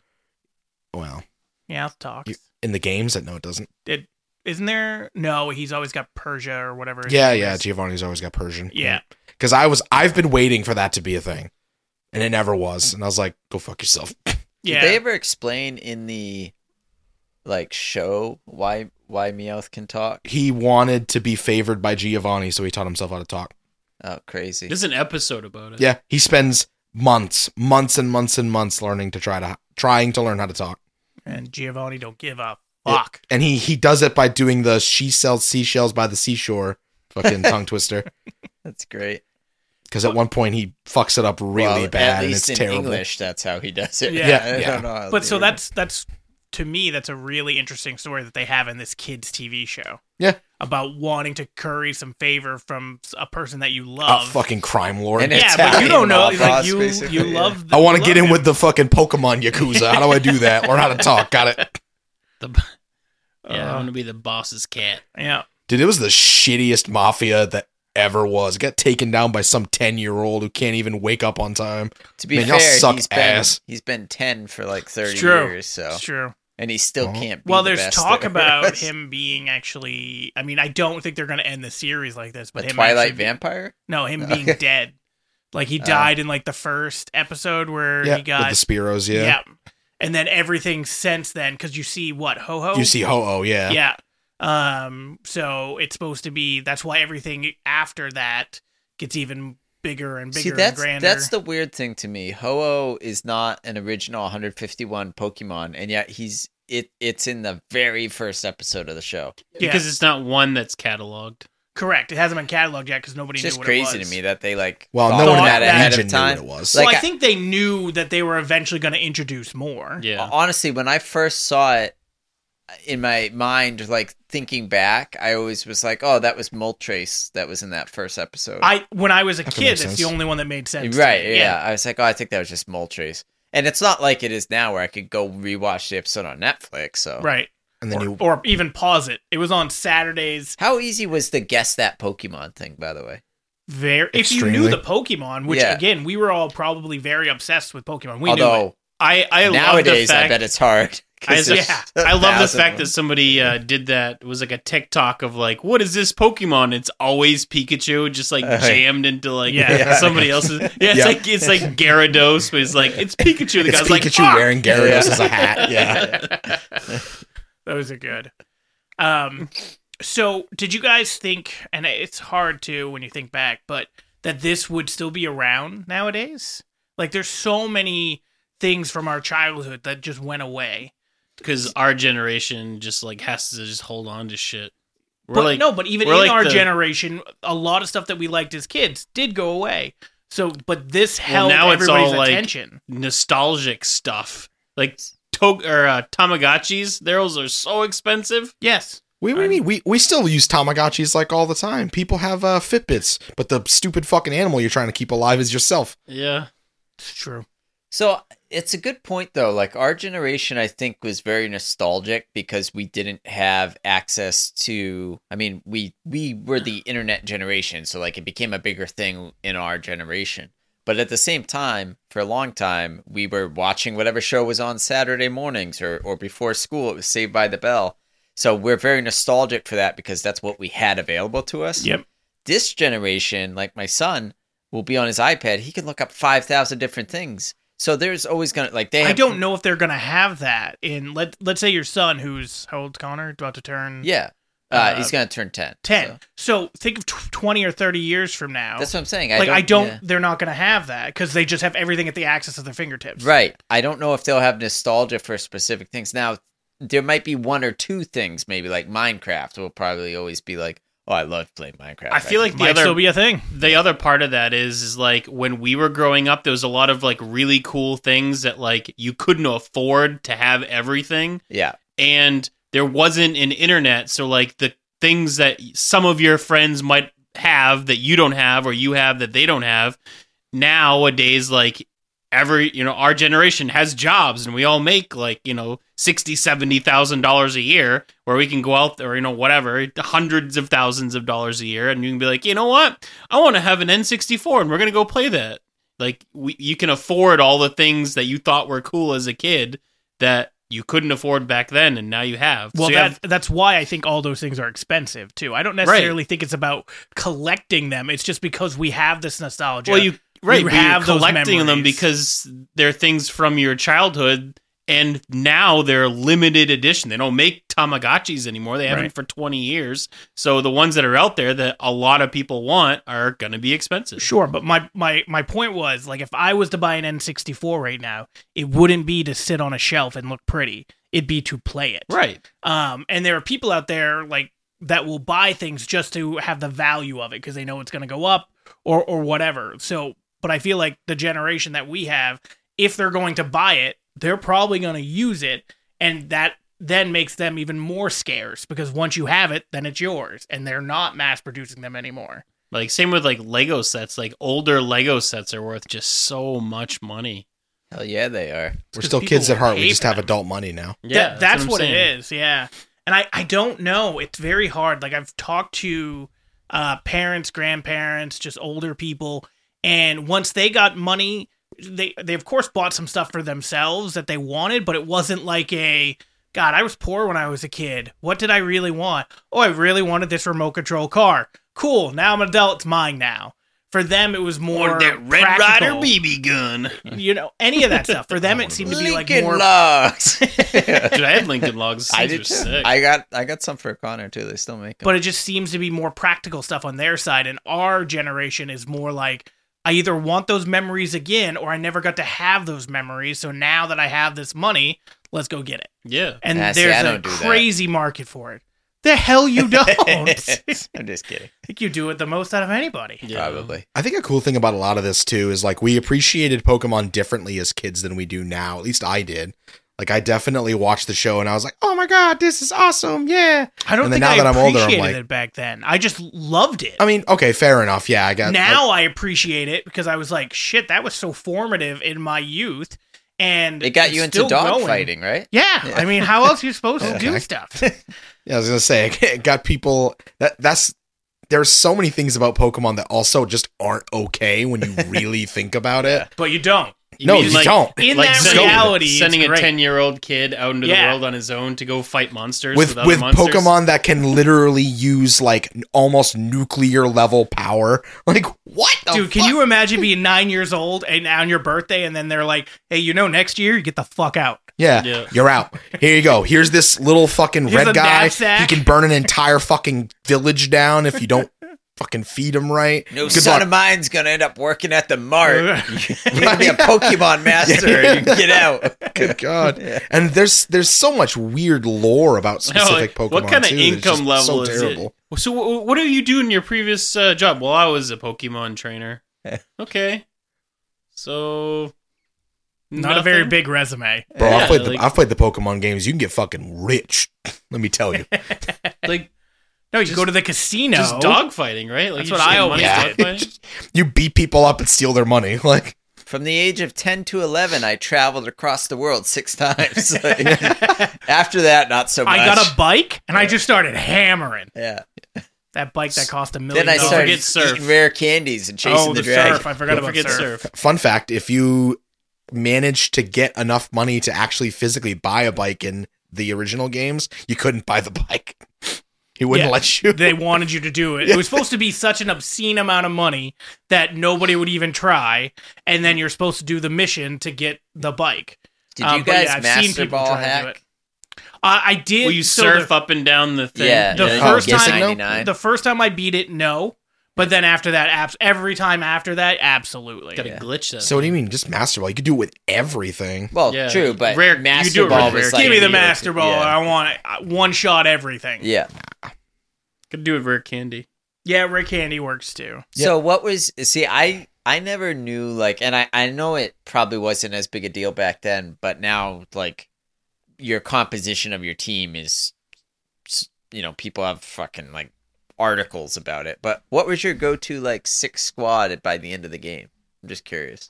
Speaker 4: Well,
Speaker 1: Meowth talks.
Speaker 4: You- in the games that no, it doesn't.
Speaker 1: It isn't there. No, he's always got Persia or whatever. his
Speaker 4: Yeah,
Speaker 1: name
Speaker 4: yeah.
Speaker 1: is.
Speaker 4: Giovanni's always got Persian.
Speaker 1: Yeah.
Speaker 4: Because I was I've been waiting for that to be a thing, and it never was. And I was like, go fuck yourself.
Speaker 1: Yeah.
Speaker 2: Did they ever explain in the like show why why Meowth can talk?
Speaker 4: He wanted to be favored by Giovanni, so he taught himself how to talk.
Speaker 2: Oh, crazy!
Speaker 3: there's an episode about it.
Speaker 4: Yeah, he spends months, months and months and months learning to try to trying to learn how to talk.
Speaker 1: and Giovanni don't give a
Speaker 4: Yeah.
Speaker 1: fuck.
Speaker 4: And he he does it by doing the she sells seashells by the seashore fucking tongue twister
Speaker 2: That's great.
Speaker 4: because at one point he fucks it up really
Speaker 2: Well,
Speaker 4: bad
Speaker 2: At
Speaker 4: and
Speaker 2: least
Speaker 4: it's
Speaker 2: in
Speaker 4: terrible.
Speaker 2: English, that's how he does it.
Speaker 1: Yeah.
Speaker 4: Yeah,
Speaker 2: I
Speaker 4: yeah.
Speaker 2: don't know how
Speaker 1: But so
Speaker 2: they-
Speaker 1: that's that's to me that's a really interesting story that they have in this kids TV show.
Speaker 4: Yeah.
Speaker 1: About wanting to curry some favor from s- a person that you
Speaker 4: A
Speaker 1: love.
Speaker 4: fucking crime lord.
Speaker 2: And
Speaker 1: yeah,
Speaker 2: Italian
Speaker 1: but you don't know.
Speaker 2: mob
Speaker 1: Like
Speaker 2: boss,
Speaker 1: you, you
Speaker 2: basically, yeah.
Speaker 1: love.
Speaker 4: I want to get in
Speaker 1: him.
Speaker 4: with the fucking Pokemon Yakuza. How do I do that? Learn how to talk. Got it.
Speaker 3: The, yeah, I
Speaker 1: Uh,
Speaker 3: want to be the boss's cat.
Speaker 1: yeah.
Speaker 4: Dude, it was the shittiest mafia that ever was. It got taken down by some ten year old who can't even wake up on time.
Speaker 2: to be
Speaker 4: man, y'all
Speaker 2: fair,
Speaker 4: suck
Speaker 2: he's
Speaker 4: ass.
Speaker 2: been he's been ten for like thirty
Speaker 1: true.
Speaker 2: years, so
Speaker 1: It's true.
Speaker 2: and he still
Speaker 4: Well-
Speaker 2: can't. Be
Speaker 1: Well,
Speaker 2: the
Speaker 1: there's
Speaker 2: best
Speaker 1: talk
Speaker 2: there
Speaker 1: about
Speaker 2: is.
Speaker 1: him being actually. I mean, I don't think they're going to end the series like this,
Speaker 2: The
Speaker 1: but him
Speaker 2: Twilight
Speaker 1: actually-
Speaker 2: Vampire.
Speaker 1: No, him
Speaker 2: Okay.
Speaker 1: being dead. Like he
Speaker 2: Uh,
Speaker 1: died in like the first episode where
Speaker 4: Yeah,
Speaker 1: he got
Speaker 4: with the Spiros.
Speaker 1: Yeah. and then everything since then because you see what Ho
Speaker 2: Oh.
Speaker 1: Ho.
Speaker 4: You see Ho-Oh, yeah.
Speaker 1: yeah. Um. So it's supposed to be. That's why everything after that gets even bigger and bigger
Speaker 2: See, that's
Speaker 1: and grander.
Speaker 2: that's the weird thing to me. Ho-Oh is not an original 151 Pokemon, and yet he's it. It's in the very first episode of the show.
Speaker 1: yeah,
Speaker 3: because it's not one that's cataloged.
Speaker 1: correct. It hasn't been cataloged yet because nobody
Speaker 2: It's
Speaker 1: knew
Speaker 2: just
Speaker 1: what
Speaker 2: crazy
Speaker 1: it was.
Speaker 2: to me that they like
Speaker 4: Well, no
Speaker 2: thought
Speaker 4: one
Speaker 1: Thought
Speaker 4: at
Speaker 2: that
Speaker 1: that-
Speaker 2: ahead
Speaker 4: Legion
Speaker 2: of
Speaker 4: knew what
Speaker 2: time.
Speaker 4: it was.
Speaker 2: Like,
Speaker 1: well,
Speaker 2: I-
Speaker 1: I think they knew that they were eventually going to introduce more.
Speaker 3: Yeah.
Speaker 2: Honestly, when I first saw it uh, in my mind, like thinking back, I always was like, "Oh, that was Moltres that was in that first episode."
Speaker 1: I when I was a
Speaker 4: That could
Speaker 1: kid,
Speaker 4: make
Speaker 1: that's the
Speaker 4: sense.
Speaker 1: only one that made sense. to
Speaker 2: Right,
Speaker 1: me.
Speaker 2: yeah. I was like, oh, I think that was just Moltres. And it's not like it is now where I could go rewatch the episode on Netflix. So
Speaker 1: right.
Speaker 4: and then
Speaker 1: or,
Speaker 4: you
Speaker 1: or even pause it. It was on Saturdays.
Speaker 2: how easy was the guess that Pokemon thing, by the way?
Speaker 1: Very, if you knew
Speaker 4: Extremely.
Speaker 1: the Pokemon, which
Speaker 2: Yeah.
Speaker 1: again we were all probably very obsessed with Pokemon. We knew it.
Speaker 2: Although
Speaker 3: I I
Speaker 2: nowadays
Speaker 3: love the
Speaker 2: I
Speaker 3: fact,
Speaker 2: bet it's hard. 'cause
Speaker 3: I,
Speaker 1: it's-
Speaker 2: there's
Speaker 1: yeah.
Speaker 2: a
Speaker 3: I love the
Speaker 2: thousand
Speaker 3: fact
Speaker 2: of
Speaker 3: that
Speaker 2: them.
Speaker 3: somebody uh, did that. It was like a TikTok of like, what is this Pokemon? It's always Pikachu, just like
Speaker 2: Uh,
Speaker 3: jammed into like
Speaker 1: Yeah.
Speaker 3: somebody else's. Yeah, it's
Speaker 4: Yeah.
Speaker 3: like it's like Gyarados, but it's like it's Pikachu. The
Speaker 4: it's
Speaker 3: guy's
Speaker 4: Pikachu
Speaker 3: like,
Speaker 4: wearing Gyarados as a hat. Yeah.
Speaker 1: Those are good. Um, so did you guys think? And it's hard to when you think back, but that this would still be around nowadays. Like there's so many things from our childhood that just went away.
Speaker 3: because our generation just like has to just hold on to shit. We're
Speaker 1: but
Speaker 3: like,
Speaker 1: no, but even in
Speaker 3: we're like
Speaker 1: our
Speaker 3: the-
Speaker 1: generation, a lot of stuff that we liked as kids did go away. So, but this
Speaker 3: Well,
Speaker 1: held
Speaker 3: now it's all,
Speaker 1: everybody's
Speaker 3: like,
Speaker 1: attention.
Speaker 3: nostalgic stuff. Like to- or uh, Tamagotchis, those are so expensive.
Speaker 1: yes.
Speaker 4: We, we, mean, we we still use Tamagotchis like all the time. People have uh, Fitbits, but the stupid fucking animal you're trying to keep alive is yourself.
Speaker 3: Yeah,
Speaker 1: It's true.
Speaker 2: So it's a good point though. Like our generation I think was very nostalgic because we didn't have access to I mean, we we were the internet generation, so like it became a bigger thing in our generation. But at the same time, for a long time, we were watching whatever show was on Saturday mornings or or before school, it was Saved by the Bell. So we're very nostalgic for that because that's what we had available to us.
Speaker 1: Yep.
Speaker 2: This generation, like my son, will be on his iPad. He can look up 5,000 different things. So there's always going to, like, they have.
Speaker 1: I don't know if they're gonna have that in let let's say your son who's how old's Connor about to turn
Speaker 2: Yeah. Uh,
Speaker 1: Uh,
Speaker 2: he's going to turn 10.
Speaker 1: ten.
Speaker 2: So
Speaker 1: So, think of tw- twenty or thirty years from now.
Speaker 2: that's what I'm saying. I
Speaker 1: like
Speaker 2: don't,
Speaker 1: I don't,
Speaker 2: yeah.
Speaker 1: they're not gonna have that because they just have everything at the access of their fingertips.
Speaker 2: Right. I don't know if they'll have nostalgia for specific things. Now, there might be one or two things, maybe like Minecraft will probably always be like, oh, I love playing Minecraft.
Speaker 3: I feel like the
Speaker 1: Might
Speaker 3: other
Speaker 1: still be a thing.
Speaker 3: the other part of that is is like when we were growing up there was a lot of like really cool things that like you couldn't afford to have everything
Speaker 2: Yeah.
Speaker 3: and there wasn't an internet so like the things that some of your friends might have that you don't have or you have that they don't have nowadays like every you know our generation has jobs and we all make like you know 60 70000 dollars a year where we can go out or you know whatever hundreds of thousands of dollars a year and you can be like you know what i want to have an n64 and we're gonna go play that like we, you can afford all the things that you thought were cool as a kid that you couldn't afford back then and now you have
Speaker 1: Well,
Speaker 3: so you
Speaker 1: that,
Speaker 3: have-
Speaker 1: that's why I think all those things are expensive too. I don't necessarily think it's about collecting them. It's just because we have this nostalgia.
Speaker 3: well you right
Speaker 1: you
Speaker 3: but
Speaker 1: have
Speaker 3: you're
Speaker 1: those
Speaker 3: collecting them
Speaker 1: memories.
Speaker 3: because they're things from your childhood and now they're limited edition they don't make tamagotchis anymore they haven't
Speaker 1: Right.
Speaker 3: for 20 years so the ones that are out there that a lot of people want are going to be expensive
Speaker 1: sure, but my my my point was like if I was to buy an N64 right now, it wouldn't be to sit on a shelf and look pretty. It'd be to play it.
Speaker 3: right
Speaker 1: Um, and there are people out there like that will buy things just to have the value of it because they know it's going to go up or or whatever. So, but I feel like the generation that we have, if they're going to buy it, they're probably going to use it, and that then makes them even more scarce because once you have it, then it's yours, and they're not mass producing them anymore.
Speaker 3: like same with like lego sets like older lego sets are worth just so much money
Speaker 2: Hell yeah, they are.
Speaker 4: We're
Speaker 1: 'cause
Speaker 4: still
Speaker 1: people
Speaker 4: kids at heart.
Speaker 1: pay
Speaker 4: We just
Speaker 1: for
Speaker 4: have
Speaker 1: them.
Speaker 4: adult money now.
Speaker 1: Yeah,
Speaker 3: That-
Speaker 1: that's, what,
Speaker 3: I'm saying.
Speaker 1: it is. Yeah, and I I don't know. It's very hard. Like I've talked to uh, parents, grandparents, just older people, and once they got money, they they of course bought some stuff for themselves that they wanted, but it wasn't like a God. I was poor when I was a kid. What did I really want? Oh, I really wanted this remote control car. Cool. Now I'm an adult. It's mine now. For them, it was more
Speaker 3: or that Red
Speaker 1: practical.
Speaker 3: Rider BB gun.
Speaker 1: You know, any of that stuff. For them, it seemed to be like
Speaker 2: Lincoln
Speaker 1: more.
Speaker 2: logs.
Speaker 3: Dude, I had Lincoln Logs.
Speaker 2: I
Speaker 3: These
Speaker 2: did
Speaker 3: are
Speaker 2: too.
Speaker 3: sick.
Speaker 2: I got I got some for Connor too. They still make them.
Speaker 1: But it just seems to be more practical stuff on their side, and our generation is more like I either want those memories again, or I never got to have those memories. So now that I have this money, let's go get it.
Speaker 3: yeah.
Speaker 1: And
Speaker 2: Nah, Ah, see, I
Speaker 1: there's a
Speaker 2: don't do that.
Speaker 1: crazy market for it. The hell you don't. I
Speaker 2: I'm just kidding.
Speaker 1: think you do it the most out of anybody.
Speaker 3: yeah.
Speaker 2: Probably.
Speaker 4: I think a cool thing about a lot of this too is like we appreciated Pokemon differently as kids than we do now. At least I did. Like I definitely watched the show and I was like, "Oh my god, this is awesome!" Yeah.
Speaker 1: I don't
Speaker 4: And then
Speaker 1: think
Speaker 4: now
Speaker 1: I
Speaker 4: that I'm older, I'm
Speaker 1: appreciated
Speaker 4: like-
Speaker 1: it back then. I just loved it.
Speaker 4: I mean, okay, fair enough. Yeah, I got
Speaker 1: now I appreciate it because I was like, shit, that was so formative in my youth. And
Speaker 2: It got
Speaker 1: it's
Speaker 2: you into
Speaker 1: still
Speaker 2: dog
Speaker 1: going.
Speaker 2: fighting, right?
Speaker 1: Yeah, I mean, how else are you supposed to do
Speaker 4: Okay.
Speaker 1: stuff?
Speaker 4: Yeah, I was gonna say it got people that that's there's so many things about Pokemon that also just aren't okay when you really think about it.
Speaker 1: But you don't.
Speaker 3: You
Speaker 4: no,
Speaker 3: mean
Speaker 4: you
Speaker 3: like-
Speaker 4: don't.
Speaker 1: In
Speaker 3: like
Speaker 1: that
Speaker 3: sending-
Speaker 1: reality, it's
Speaker 3: sending a
Speaker 1: great.
Speaker 3: ten-year-old kid out into
Speaker 1: Yeah.
Speaker 3: the world on his own to go fight monsters
Speaker 4: With
Speaker 3: without
Speaker 4: with
Speaker 3: monsters.
Speaker 4: Pokemon that can literally use like n- almost nuclear level power. Like what? the
Speaker 1: Dude, can
Speaker 4: Oh, fuck?
Speaker 1: you imagine being nine years old and on your birthday, and then they're like, "Hey, you know, next year you get the fuck out."
Speaker 4: Yeah,
Speaker 3: Yeah.
Speaker 4: you're out. Here you go. Here's this little fucking
Speaker 1: Here's a
Speaker 4: red guy.
Speaker 1: knapsack.
Speaker 4: He can burn an entire fucking village down if you don't fucking feed him right.
Speaker 2: No
Speaker 4: Good
Speaker 2: son
Speaker 4: luck.
Speaker 2: of mine's gonna end up working at the mart. You're gonna be a
Speaker 4: Right.
Speaker 2: Pokemon master. and You get out.
Speaker 4: Good God. And there's there's so much weird lore about
Speaker 3: You know,
Speaker 4: specific
Speaker 3: like,
Speaker 4: Pokemon.
Speaker 3: What kind of
Speaker 4: too, that's
Speaker 3: income
Speaker 4: just
Speaker 3: level
Speaker 4: so
Speaker 3: is
Speaker 4: terrible.
Speaker 3: it? So, wh- wh- what do you do in your previous uh, job? Well, I was a Pokemon trainer. okay, so
Speaker 1: Not a very
Speaker 3: nothing?
Speaker 1: big resume.
Speaker 4: Bro,
Speaker 3: Yeah,
Speaker 4: I've played
Speaker 3: like-
Speaker 4: the I've played the Pokemon games. You can get fucking rich. Let me tell you.
Speaker 3: like
Speaker 1: No, you
Speaker 3: Just-
Speaker 1: go to the casino.
Speaker 3: just dogfighting, right? Like
Speaker 1: That's
Speaker 3: you
Speaker 1: what
Speaker 3: just
Speaker 1: I
Speaker 3: get
Speaker 1: always
Speaker 3: money
Speaker 2: did.
Speaker 3: dog fighting?
Speaker 4: you beat people up and steal their money. Like
Speaker 2: From the age of ten to eleven, I traveled across the world six times. Like, after that, not so much.
Speaker 1: I got a bike and I just started hammering
Speaker 2: yeah.
Speaker 1: that bike that cost a million.
Speaker 2: Then I
Speaker 1: dollars.
Speaker 2: started
Speaker 3: forget surf.
Speaker 2: eating rare candies and chasing
Speaker 1: oh,
Speaker 2: the,
Speaker 1: the,
Speaker 2: dragon.
Speaker 1: surf. I forgot
Speaker 3: Don't
Speaker 1: about
Speaker 3: forget
Speaker 1: surf.
Speaker 3: surf.
Speaker 4: fun fact, if you managed to get enough money to actually physically buy a bike in the original games, you couldn't buy the bike. He wouldn't
Speaker 1: Yeah.
Speaker 4: let you.
Speaker 1: They wanted you to do it. It was supposed to be such an obscene amount of money that nobody would even try, and then you're supposed to do the mission to get the bike.
Speaker 2: Did
Speaker 1: Um,
Speaker 2: you
Speaker 1: but
Speaker 2: guys
Speaker 1: yeah, I've seen
Speaker 2: master
Speaker 1: people
Speaker 2: ball
Speaker 1: try to do
Speaker 2: hack?
Speaker 1: it. Uh, I did.
Speaker 3: Will you
Speaker 1: so
Speaker 3: surf
Speaker 1: the-
Speaker 3: up and down the thing?
Speaker 2: Yeah.
Speaker 1: The
Speaker 2: yeah,
Speaker 1: first
Speaker 2: yes,
Speaker 1: time-
Speaker 2: 99.
Speaker 1: The first time I beat it, no. But then after that, abs- every time after that, absolutely.
Speaker 3: gotta glitch that.
Speaker 4: So what do you mean, just master ball? You could do it with everything.
Speaker 2: Well,
Speaker 3: Yeah,
Speaker 2: true, but
Speaker 3: rare- you do it
Speaker 2: master
Speaker 3: with
Speaker 2: ball
Speaker 3: rare
Speaker 2: was
Speaker 3: candy.
Speaker 2: like
Speaker 1: Give me the
Speaker 2: mediocre.
Speaker 1: master ball.
Speaker 2: Yeah.
Speaker 1: I want it. I- one shot everything. Yeah,
Speaker 2: yeah.
Speaker 3: could do it for candy.
Speaker 1: Rick Handy works too.
Speaker 2: So what was see I I never knew like and I I know it probably wasn't as big a deal back then but now like your composition of your team is s- you know people have fucking like articles about it but what was your go to like six squad by the end of the game I'm just curious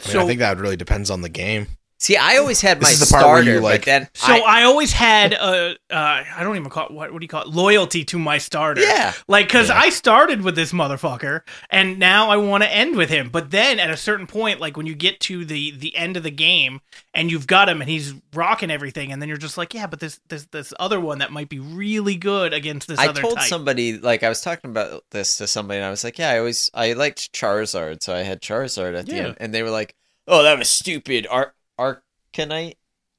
Speaker 4: I, mean,
Speaker 1: so
Speaker 4: I think that really depends on the game.
Speaker 2: See I always had
Speaker 4: This
Speaker 2: my
Speaker 4: is the part where
Speaker 2: starter
Speaker 4: you,
Speaker 2: but
Speaker 4: like-
Speaker 2: then
Speaker 1: So
Speaker 2: I,
Speaker 1: I, always had a uh, I don't even call it, what what do you call it loyalty to my starter.
Speaker 2: yeah
Speaker 1: Like, cause
Speaker 4: Yeah.
Speaker 1: I started with this motherfucker, and now I want to end with him. But then at a certain point, like when you get to the the end of the game and you've got him and he's rocking everything, and then you're just like, yeah, but this this this other one that might be really good against this
Speaker 2: I
Speaker 1: other
Speaker 2: told
Speaker 1: type.
Speaker 2: somebody like I was talking about this to somebody, and I was like, "Yeah, I always I liked Charizard, so I had Charizard at the
Speaker 3: Yeah.
Speaker 2: end." And they were like, "Oh, that was stupid." Ar- Arcanite,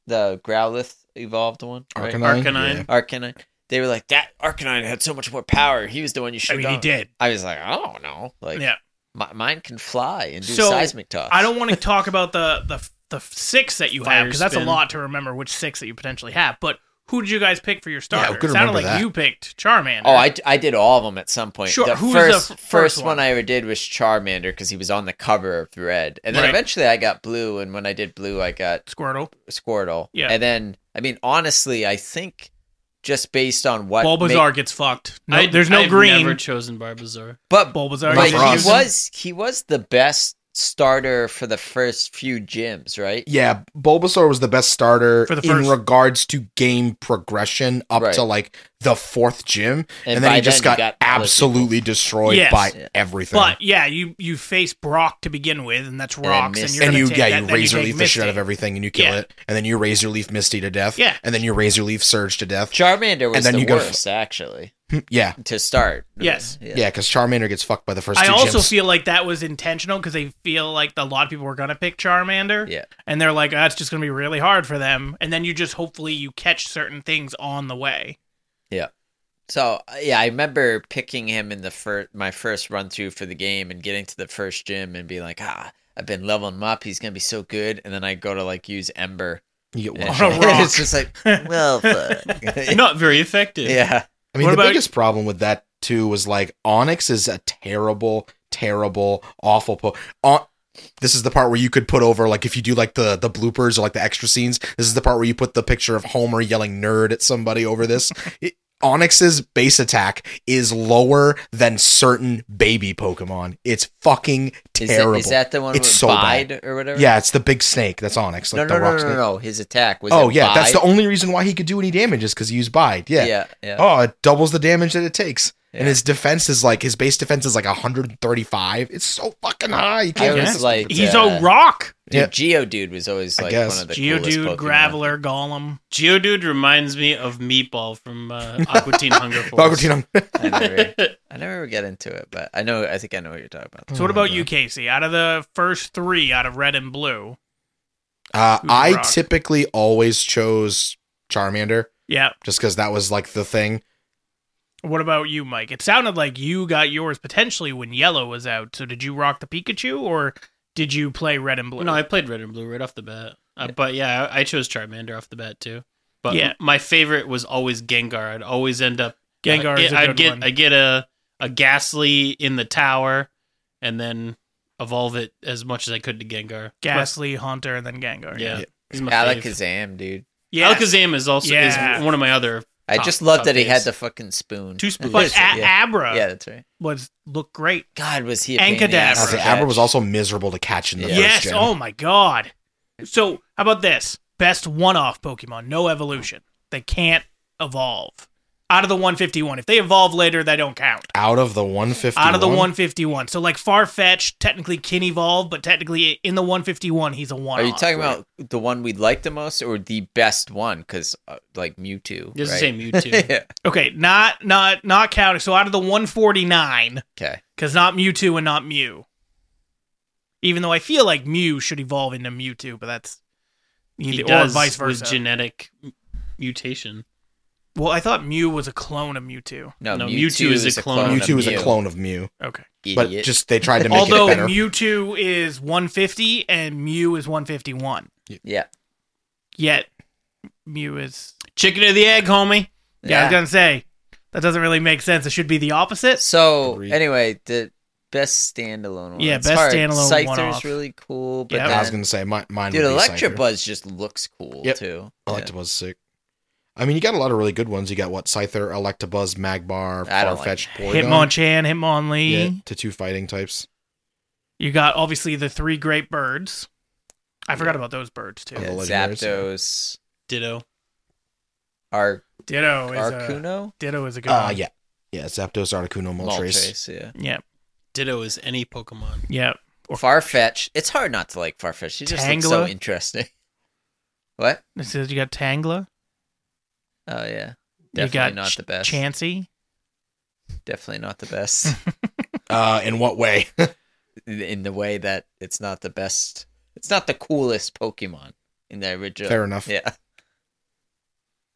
Speaker 2: the Growlithe evolved one, right?
Speaker 3: Arcanine.
Speaker 2: Arcanine. They were like, "That Arcanine had so much more power. He was the one you should."
Speaker 1: I mean, he did.
Speaker 2: I was like, "I don't know. Like,
Speaker 1: yeah,
Speaker 2: mi- mine can fly and do
Speaker 1: So,
Speaker 2: seismic toss."
Speaker 1: I don't want to talk about the the the six that you have 'cause have
Speaker 3: Fire
Speaker 1: because that's a
Speaker 3: spin.
Speaker 1: lot to remember which six that you potentially have. But who did you guys pick for your starter?
Speaker 4: we could
Speaker 1: it sounded like
Speaker 4: remember that.
Speaker 1: you picked Charmander.
Speaker 2: Oh, I, I did all of them at some point.
Speaker 1: Sure,
Speaker 2: The
Speaker 1: who was the
Speaker 2: first,
Speaker 1: f-
Speaker 2: first
Speaker 1: first
Speaker 2: one
Speaker 1: one?
Speaker 2: I ever did was Charmander because he was on the cover of Red, and then
Speaker 1: Right.
Speaker 2: eventually I got Blue, and when I did Blue, I got
Speaker 1: Squirtle,
Speaker 2: Squirtle.
Speaker 1: Yeah.
Speaker 2: And then, I mean, honestly, I think just based on what.
Speaker 1: Bulbasaur
Speaker 2: ma-
Speaker 1: gets fucked. No,
Speaker 3: I-
Speaker 1: there's no
Speaker 3: I've
Speaker 1: green.
Speaker 3: Never chosen Barbazar.
Speaker 2: but
Speaker 1: Bulbasaur. gets
Speaker 2: like,
Speaker 4: Not for us.
Speaker 2: he
Speaker 1: used.
Speaker 2: was he was the best starter for the first few gyms, right?
Speaker 4: Yeah, Bulbasaur was the best starter
Speaker 1: For the
Speaker 4: in
Speaker 1: first-
Speaker 4: regards to game progression up
Speaker 2: Right.
Speaker 4: to like the fourth gym, and,
Speaker 2: And
Speaker 4: then
Speaker 2: by
Speaker 4: he just
Speaker 2: then
Speaker 4: got,
Speaker 2: you got all the
Speaker 4: absolutely destroyed
Speaker 1: Yes.
Speaker 4: by
Speaker 2: Yeah.
Speaker 4: everything.
Speaker 1: But yeah, you you face Brock to begin with, and that's
Speaker 2: then
Speaker 1: rocks, and,
Speaker 2: Misty.
Speaker 1: you're
Speaker 4: and
Speaker 1: gonna
Speaker 4: you
Speaker 1: take
Speaker 4: yeah
Speaker 1: that-
Speaker 4: you
Speaker 1: then
Speaker 4: razor
Speaker 1: take
Speaker 4: leaf the shit out
Speaker 1: Misty.
Speaker 4: of everything and you kill
Speaker 1: Yeah.
Speaker 4: it, and then you razor leaf Misty to death.
Speaker 1: Yeah.
Speaker 4: and then you razor leaf Surge to death.
Speaker 2: Charmander was
Speaker 4: And then
Speaker 2: the
Speaker 4: you go f-
Speaker 2: worst, actually,
Speaker 4: yeah,
Speaker 2: to start.
Speaker 1: Yes.
Speaker 4: yeah, because Charmander gets fucked by the first.
Speaker 1: I
Speaker 4: two
Speaker 1: also
Speaker 4: gyms.
Speaker 1: feel like that was intentional because they feel like a lot of people were gonna pick Charmander,
Speaker 2: Yeah.
Speaker 1: and they're like, "That's just gonna be really hard for them." And then you just hopefully you catch certain things on the way.
Speaker 2: So uh, yeah, I remember picking him in the first my first run through for the game and getting to the first gym and being like, ah, I've been leveling him up. He's gonna be so good. And then I go to like use Ember.
Speaker 4: You get
Speaker 2: And
Speaker 1: a
Speaker 4: one shot.
Speaker 1: rock.
Speaker 2: it's just like, well, fuck.
Speaker 3: Not very effective.
Speaker 2: yeah,
Speaker 4: I mean,
Speaker 1: What
Speaker 4: the
Speaker 1: about-
Speaker 4: biggest problem with that too was like Onyx is a terrible, terrible, awful. Po- On- this is the part where you could put over like if you do like the the bloopers or like the extra scenes. This is the part where you put the picture of Homer yelling "nerd" at somebody over this. It- Onyx's base attack is lower than certain baby Pokemon. It's fucking
Speaker 2: is, it,
Speaker 4: terrible.
Speaker 2: is that the one
Speaker 4: It's
Speaker 2: with
Speaker 4: so bad.
Speaker 2: Bide or whatever?
Speaker 4: yeah, it's the big snake. That's Onyx. Like
Speaker 2: No, no,
Speaker 4: the rock
Speaker 2: no, no,
Speaker 4: snake.
Speaker 2: no, no. His attack was.
Speaker 4: Oh
Speaker 2: it
Speaker 4: yeah, that's the
Speaker 2: Bide?
Speaker 4: only reason why he could do any damage is because he used Bide. Yeah.
Speaker 2: Yeah, yeah.
Speaker 4: Oh, it doubles the damage that it takes. And
Speaker 2: Yeah.
Speaker 4: his defense is like his base defense is like 135. It's so fucking high. You
Speaker 2: I
Speaker 4: can't
Speaker 1: Yeah.
Speaker 2: was like,
Speaker 1: He's
Speaker 2: uh,
Speaker 1: a rock,
Speaker 4: Yeah.
Speaker 2: Dude, Geodude was always
Speaker 4: I
Speaker 2: like
Speaker 4: guess.
Speaker 2: one of the coolest
Speaker 1: Geodude,
Speaker 2: Pokemon.
Speaker 1: Graveler, Golem.
Speaker 3: Geodude reminds me of Meatball from uh, Aqua Teen Hunger Force.
Speaker 4: Valgotino.
Speaker 2: I never, I never get into it, but I know. I think I know what you're talking about.
Speaker 4: Oh,
Speaker 1: So what about you, Casey? Out of the first three, out of red and blue,
Speaker 4: Uh,
Speaker 1: Who's
Speaker 4: I
Speaker 1: rock?
Speaker 4: typically always chose Charmander
Speaker 1: yeah.
Speaker 4: just because that was like the thing.
Speaker 1: What about you, Mike? It sounded like you got yours potentially when yellow was out. So did you rock the Pikachu or did you play red and blue?
Speaker 3: No, I played red and blue right off the bat. Uh, But yeah, I, I chose Charmander off the bat too. But
Speaker 1: Yeah.
Speaker 3: m- my favorite was always Gengar. I'd always end up
Speaker 1: Gengar
Speaker 3: I,
Speaker 1: is a
Speaker 3: I'd
Speaker 1: good
Speaker 3: get
Speaker 1: one.
Speaker 3: I get a a Ghastly in the tower, and then evolve it as much as I could to Gengar.
Speaker 1: Ghastly, Haunter, and then Gengar.
Speaker 3: yeah,
Speaker 4: Yeah.
Speaker 3: he's my fave.
Speaker 2: Alakazam, dude.
Speaker 1: yeah.
Speaker 3: Alakazam is also
Speaker 1: Yeah.
Speaker 3: is one of my other
Speaker 2: I
Speaker 3: Top-
Speaker 2: just love
Speaker 3: top
Speaker 2: that he
Speaker 3: faves.
Speaker 2: had the fucking spoon.
Speaker 3: two spoons.
Speaker 1: But
Speaker 2: Yeah.
Speaker 1: a- Abra
Speaker 2: Yeah, that's right.
Speaker 1: was looked great.
Speaker 2: God, was he a
Speaker 1: And
Speaker 2: pain in the ass
Speaker 1: Kadabra.
Speaker 4: After
Speaker 2: to
Speaker 4: Abra
Speaker 2: catch.
Speaker 4: was also miserable to catch in the
Speaker 2: Yeah.
Speaker 1: yes.
Speaker 4: first gen.
Speaker 1: Oh my god. So how about this? Best one-off Pokemon, no evolution. They can't evolve. Out of the 151, if they evolve later, they don't count.
Speaker 4: Out of the 150.
Speaker 1: Out of the 151, so like Farfetch, technically can evolve, but technically in the 151, he's a one.
Speaker 2: Are you talking about the one we liked the most or the best one? Because uh, like Mewtwo,
Speaker 3: This
Speaker 2: right?
Speaker 3: is the same Mewtwo.
Speaker 2: yeah.
Speaker 1: Okay, not not not counting. So out of the 149,
Speaker 2: Okay.
Speaker 1: because not Mewtwo and not Mew. Even though I feel like Mew should evolve into Mewtwo, but that's
Speaker 3: he
Speaker 1: either, or
Speaker 3: does
Speaker 1: vice versa.
Speaker 3: with genetic m- mutation.
Speaker 1: well, I thought Mew was a clone of Mewtwo.
Speaker 2: No,
Speaker 3: No,
Speaker 2: Mewtwo, is, a clone.
Speaker 3: of
Speaker 4: Mewtwo is a
Speaker 2: Mew.
Speaker 4: clone of Mew,
Speaker 1: Okay.
Speaker 4: but
Speaker 2: Idiot.
Speaker 4: just they tried to make
Speaker 1: Although
Speaker 4: it better.
Speaker 1: Mewtwo is 150 and Mew is 151,
Speaker 2: yeah.
Speaker 1: yet Mew is
Speaker 3: Chicken or the egg, homie.
Speaker 1: yeah. I was gonna say that doesn't really make sense. It should be the opposite.
Speaker 2: So
Speaker 4: Agreed.
Speaker 2: anyway, the best standalone one.
Speaker 1: Yeah,
Speaker 2: It's
Speaker 1: best
Speaker 2: hard.
Speaker 1: standalone
Speaker 2: Scyther's
Speaker 1: one-off.
Speaker 2: really cool, but
Speaker 1: Yeah.
Speaker 4: I was
Speaker 2: then-
Speaker 4: gonna say mi- mine.
Speaker 2: dude,
Speaker 4: would be
Speaker 2: Electra
Speaker 4: Scyther.
Speaker 2: Buzz just looks cool
Speaker 4: Yep.
Speaker 2: too. Yeah.
Speaker 4: Electabuzz is sick. I mean, you got a lot of really good ones. You got what Scyther, Electabuzz, Magbar,
Speaker 2: I don't like
Speaker 4: Farfetch, Porygon.
Speaker 1: Hitmonchan, Hitmonlee.
Speaker 4: Yeah, to two fighting types.
Speaker 1: You got obviously the three great birds. I forgot about those birds too.
Speaker 4: Yeah.
Speaker 2: Yeah,
Speaker 4: the legendaries, yeah.
Speaker 2: Zapdos,
Speaker 3: Ditto.
Speaker 2: Ar-
Speaker 1: Ditto is a,
Speaker 2: Arcuno,
Speaker 1: Ditto is a good
Speaker 4: Uh,
Speaker 1: one.
Speaker 4: yeah, yeah. Zapdos, Articuno, Moltres.
Speaker 2: Moltres, yeah.
Speaker 1: Yeah.
Speaker 3: Ditto is any Pokemon.
Speaker 1: Yeah.
Speaker 2: Or Farfetch. It's hard not to like Farfetch. She just looks so
Speaker 1: Tangela?
Speaker 2: interesting. What?
Speaker 1: It says you got Tangla.
Speaker 2: Oh yeah.
Speaker 1: you got
Speaker 2: Definitely not
Speaker 1: Ch-
Speaker 2: the best.
Speaker 1: Chansey.
Speaker 2: Definitely not the best.
Speaker 4: Uh, in what way?
Speaker 2: in the way that it's not the best. It's not the coolest Pokemon in the original.
Speaker 4: Fair enough.
Speaker 2: Yeah.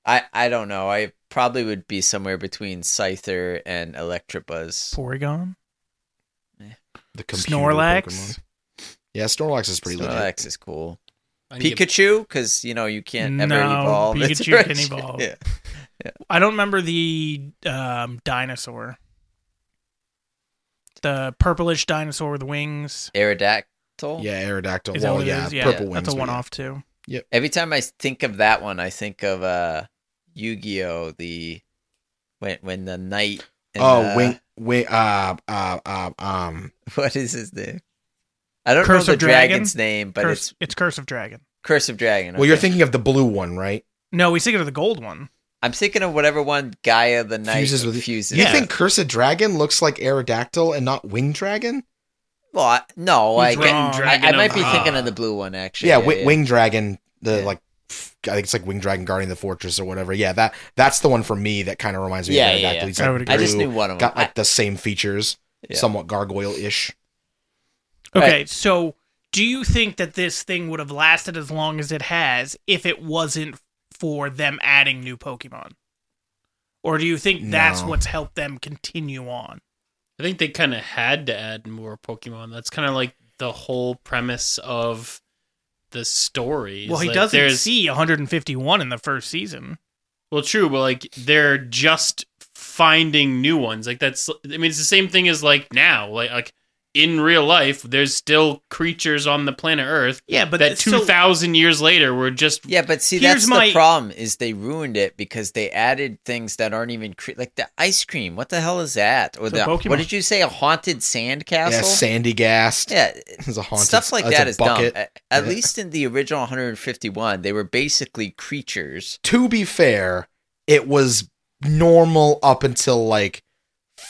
Speaker 2: I I don't know. I probably would be somewhere between Scyther and Electabuzz.
Speaker 1: Porygon.
Speaker 4: The computer
Speaker 1: Snorlax.
Speaker 4: Pokemon. Yeah, Snorlax is pretty legit.
Speaker 2: Snorlax is cool.
Speaker 3: I need to-
Speaker 2: Pikachu, because you know you can't ever
Speaker 1: No,
Speaker 2: evolve.
Speaker 1: Pikachu
Speaker 2: It's
Speaker 1: can
Speaker 2: rich.
Speaker 1: evolve.
Speaker 2: Yeah.
Speaker 1: I don't remember the um, dinosaur. The purplish dinosaur with wings.
Speaker 2: Aerodactyl.
Speaker 4: Yeah, Aerodactyl.
Speaker 1: Is that
Speaker 4: well,
Speaker 1: what it
Speaker 4: yeah,
Speaker 1: is?
Speaker 4: purple wings.
Speaker 1: That's a
Speaker 4: but yeah.
Speaker 1: one off too.
Speaker 2: Every time I think of that one, I think of uh Yu-Gi-Oh. The when when the knight. and, uh,
Speaker 4: Oh, wing, wing. Uh, uh, uh, um.
Speaker 2: What is his name? I don't
Speaker 1: Curse
Speaker 2: know the
Speaker 1: of Dragon?
Speaker 2: dragon's name, but
Speaker 1: Curse,
Speaker 2: it's
Speaker 1: it's Curse of Dragon.
Speaker 2: Curse of Dragon.
Speaker 4: Well, you're
Speaker 2: okay.
Speaker 4: thinking of the blue one, right?
Speaker 1: No, we think of the gold one.
Speaker 2: I'm thinking of whatever one Gaia the Knight
Speaker 4: Fuses
Speaker 2: fuses
Speaker 4: with-
Speaker 2: with
Speaker 4: You think Cursed Dragon looks like Aerodactyl and not Winged Dragon?
Speaker 2: Well, I, no,
Speaker 1: He's
Speaker 2: I,
Speaker 1: wrong.
Speaker 2: I, I
Speaker 3: Dragon
Speaker 2: might
Speaker 3: of-
Speaker 2: be
Speaker 3: ah.
Speaker 2: thinking of the blue one actually.
Speaker 4: Yeah, wi- Winged Dragon, the
Speaker 2: Yeah.
Speaker 4: like f- I think it's like Winged Dragon guarding the fortress or whatever. Yeah, that that's the one for me that kind of reminds me
Speaker 2: Yeah,
Speaker 4: of
Speaker 2: yeah,
Speaker 4: Aerodactyl.
Speaker 2: yeah.
Speaker 4: He's
Speaker 1: I
Speaker 4: like
Speaker 1: would agree.
Speaker 2: Mm-hmm. I just
Speaker 4: blue,
Speaker 2: knew one of them.
Speaker 4: got like the same features,
Speaker 2: Yeah.
Speaker 4: somewhat gargoyle-ish.
Speaker 1: Okay, so do you think that this thing would have lasted as long as it has if it wasn't for them adding new Pokemon? Or do you think that's
Speaker 4: No.
Speaker 1: what's helped them continue on?
Speaker 3: I think they kind of had to add more Pokemon. That's kind of like the whole premise of the story. is
Speaker 1: well, he
Speaker 3: like
Speaker 1: doesn't
Speaker 3: there's-
Speaker 1: see 151 in the first season.
Speaker 3: Well, true, but like they're just finding new ones. Like that's, I mean, it's the same thing as like now, like like in real life, there's still creatures on the planet Earth
Speaker 1: Yeah, but
Speaker 3: that
Speaker 1: th-
Speaker 3: two
Speaker 1: so-
Speaker 3: thousand years later were just.
Speaker 2: yeah, but see,
Speaker 1: Here's
Speaker 2: that's
Speaker 1: my-
Speaker 2: the problem is they ruined it because they added things that aren't even cre- like the ice cream. What the hell is that? Or
Speaker 1: It's a
Speaker 2: the
Speaker 1: Pokemon.
Speaker 2: what did you say? A haunted sand castle?
Speaker 4: Yeah, Sandy Gast.
Speaker 2: Yeah,
Speaker 4: It's a haunted
Speaker 2: stuff like
Speaker 4: it's
Speaker 2: that
Speaker 4: a
Speaker 2: is
Speaker 4: bucket.
Speaker 2: dumb. A- At
Speaker 4: Yeah.
Speaker 2: least in the original 151, they were basically creatures.
Speaker 4: to be fair, it was normal up until like